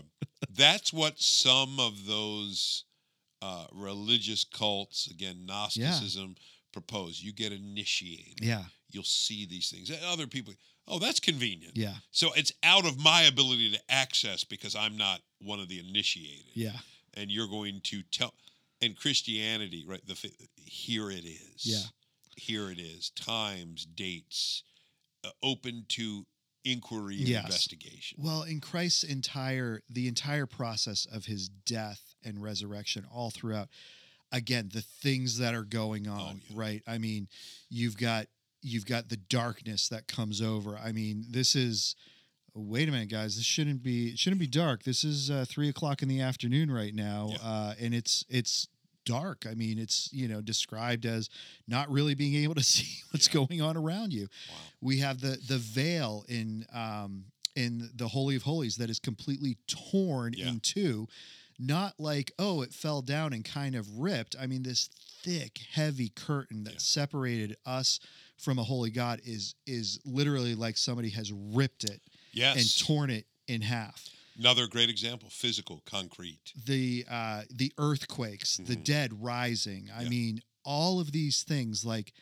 S2: that's what some of those uh, religious cults, again, Gnosticism, propose. You get initiated.
S1: Yeah.
S2: You'll see these things. And Other people, oh, that's convenient.
S1: Yeah.
S2: So it's out of my ability to access because I'm not one of the initiated
S1: Yeah.
S2: and you're going to tell and christianity right the fi- here it is
S1: Yeah.
S2: here it is times dates uh, open to inquiry and
S1: Yes.
S2: investigation
S1: Well, in Christ's entire the entire process of his death and resurrection all throughout again the things that are going on,
S2: Oh, yeah.
S1: right? I mean, you've got you've got the darkness that comes over. I mean, this is wait a minute, guys. This shouldn't be it shouldn't be dark. This is uh, three o'clock in the afternoon right now,
S2: Yeah.
S1: uh, and it's it's dark. I mean, it's you know described as not really being able to see what's
S2: Yeah.
S1: going on around you
S2: wow
S1: we have the the veil in um in the holy of holies that is completely torn
S2: Yeah.
S1: in two not like oh it fell down and kind of ripped i mean this thick heavy curtain that
S2: Yeah.
S1: separated us from a holy god is is literally like somebody has ripped it
S2: yes
S1: and torn it in half
S2: another great example physical concrete
S1: the uh, the earthquakes, the
S2: Mhm.
S1: dead rising. I
S2: Yeah.
S1: mean, all of these things. Like,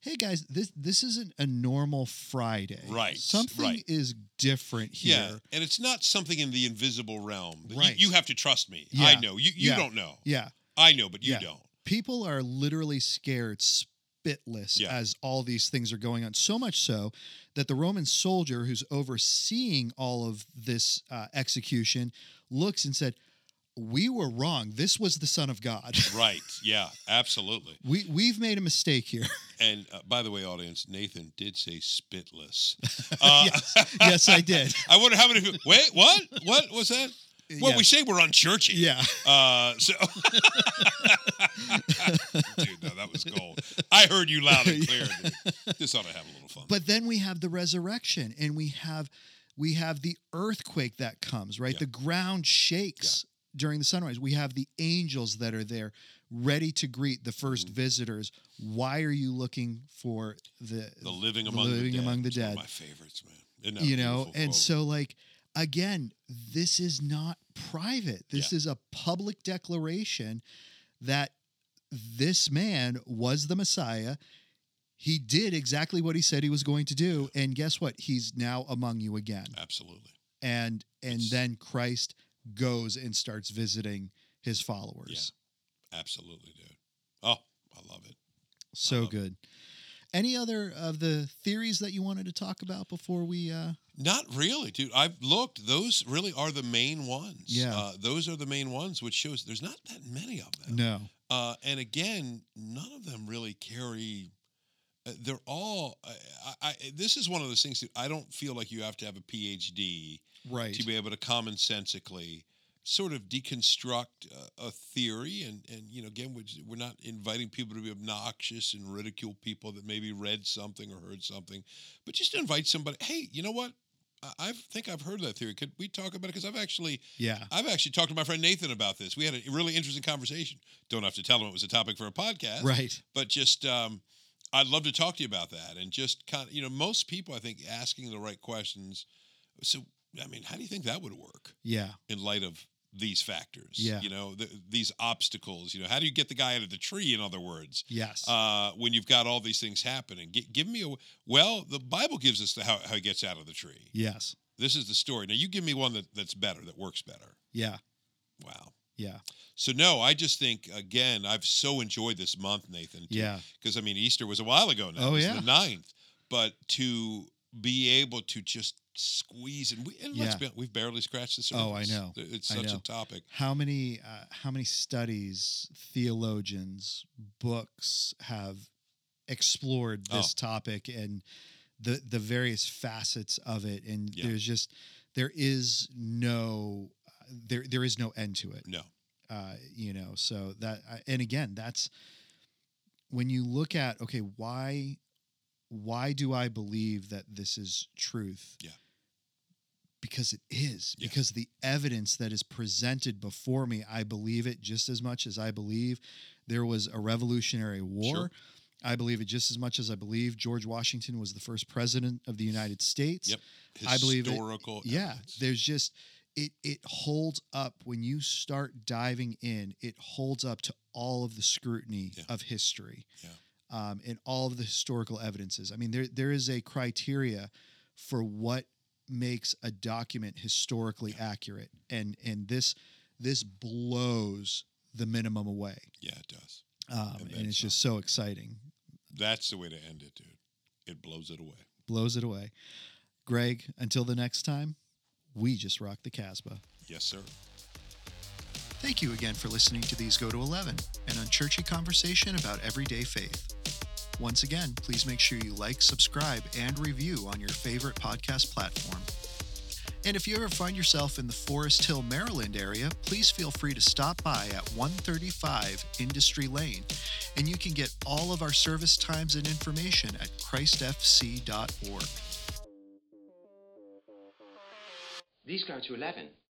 S1: hey guys, this this isn't a normal Friday.
S2: Right,
S1: Something
S2: right.
S1: is different
S2: yeah
S1: here.
S2: and it's not something in the invisible realm You-
S1: Right.
S2: you, have to trust me i
S1: Yeah.
S2: know you, you
S1: Yeah.
S2: don't know
S1: Yeah.
S2: i know but you
S1: Yeah.
S2: don't
S1: People are literally scared spitless
S2: Yeah.
S1: as all these things are going on. So much so that the Roman soldier who's overseeing all of this uh, execution looks and said, "We were wrong. This was the Son of God."
S2: right yeah absolutely
S1: We, we've made a mistake here.
S2: and uh, by the way audience nathan did say spitless uh,
S1: yes, I did.
S2: I wonder how many people. Wait, what? What was that? Well,
S1: Yeah.
S2: we say we're unchurchy.
S1: Yeah.
S2: Uh, so, dude, no, that was gold. I heard you loud and clear. dude. This ought to have a little fun.
S1: But then we have the resurrection and we have we have the earthquake that comes, right?
S2: Yeah.
S1: The ground shakes during the sunrise. We have the angels that are there ready to greet the 1st
S2: Mm-hmm.
S1: visitors. Why are you looking for the
S2: the living among the
S1: living
S2: dead.
S1: among the
S2: It's one of
S1: dead.
S2: my favorites, man. Isn't that
S1: you know,
S2: beautiful
S1: and
S2: quote?
S1: so like again, this is not private. This is a public declaration that this man was the Messiah. He did exactly what he said he was going to do, and guess what? He's now among you again.
S2: absolutely,
S1: And and
S2: It's-
S1: then Christ goes and starts visiting his followers.
S2: absolutely, dude. Oh, I love it.
S1: So
S2: love it.
S1: good. Any other of the theories that you wanted to talk about before we? Uh,
S2: Not really, dude. I've looked. Those really are the main ones.
S1: Yeah.
S2: Uh, those are the main ones, which shows there's not that many of them.
S1: no.
S2: Uh, and again, none of them really carry. Uh, they're all. I, I, I- this is one of those things that I don't feel like you have to have a PhD
S1: Right.
S2: to be able to commonsensically sort of deconstruct uh, a, a theory. And and you know, again, we're, we're not inviting people to be obnoxious and ridicule people that maybe read something or heard something, but just invite somebody. Hey, you know what? I- I think I've heard that theory. Could we talk about it? Because I've actually
S1: Yeah.
S2: I've actually talked to my friend Nathan about this. We had a really interesting conversation. Don't have to tell him it was a topic for a podcast,
S1: Right.
S2: but just um, I'd love to talk to you about that. And just kind of, you know, most people I think asking the right questions. So, I mean, how do you think that would work
S1: Yeah.
S2: in light of these factors?
S1: Yeah.
S2: you know, th these obstacles. You know, how do you get the guy out of the tree? In other words,
S1: Yes.
S2: uh, when you've got all these things happening, Gi- give me a well. The Bible gives us the how, how he gets out of the tree.
S1: yes.
S2: This is the story. Now, you give me one that, that's better, that works better.
S1: Yeah.
S2: Wow.
S1: Yeah.
S2: So no, I just think again, I've so enjoyed this month, Nathan.
S1: Yeah.
S2: Because I mean, Easter was a while ago now.
S1: Oh,
S2: it was
S1: yeah.
S2: The ninth, but to be able to just squeeze and we and let's
S1: Yeah.
S2: be, we've barely scratched the surface.
S1: Oh, I know.
S2: It's
S1: I
S2: such
S1: know.
S2: a topic.
S1: How many uh, how many studies, theologians, books have explored this topic and the the various facets of it and
S2: Yeah.
S1: there's just there is no uh, there there is no end to it.
S2: No.
S1: uh, you know so that I- and again that's when you look at okay why why do i believe that this is truth
S2: Yeah.
S1: because it is
S2: Yeah.
S1: because the evidence that is presented before me i believe it just as much as i believe there was a revolutionary war
S2: Sure.
S1: i believe it just as much as i believe george washington was the first president of the united states
S2: Yep.
S1: I believe it-
S2: historical.
S1: yeah
S2: evidence.
S1: there's just it it holds up when you start diving in it holds up to all of the scrutiny
S2: Yeah.
S1: of history
S2: Yeah.
S1: um, and all of the historical evidences i mean there there is a criteria for what makes a document historically
S2: Yeah.
S1: accurate and and this this blows the minimum away
S2: Yeah, it does.
S1: um,
S2: I bet
S1: and it's
S2: so.
S1: just so exciting
S2: That's the way to end it, dude. It blows it away.
S1: blows it away greg until the next time we just rock the casbah
S2: Yes, sir.
S1: Thank you again for listening to These Go to 11, an unchurchy conversation about everyday faith. Once again, please make sure you like, subscribe, and review on your favorite podcast platform. And if you ever find yourself in the Forest Hill, Maryland area, please feel free to stop by at 135 Industry Lane, and you can get all of our service times and information at christfc.org.
S3: These go to 11.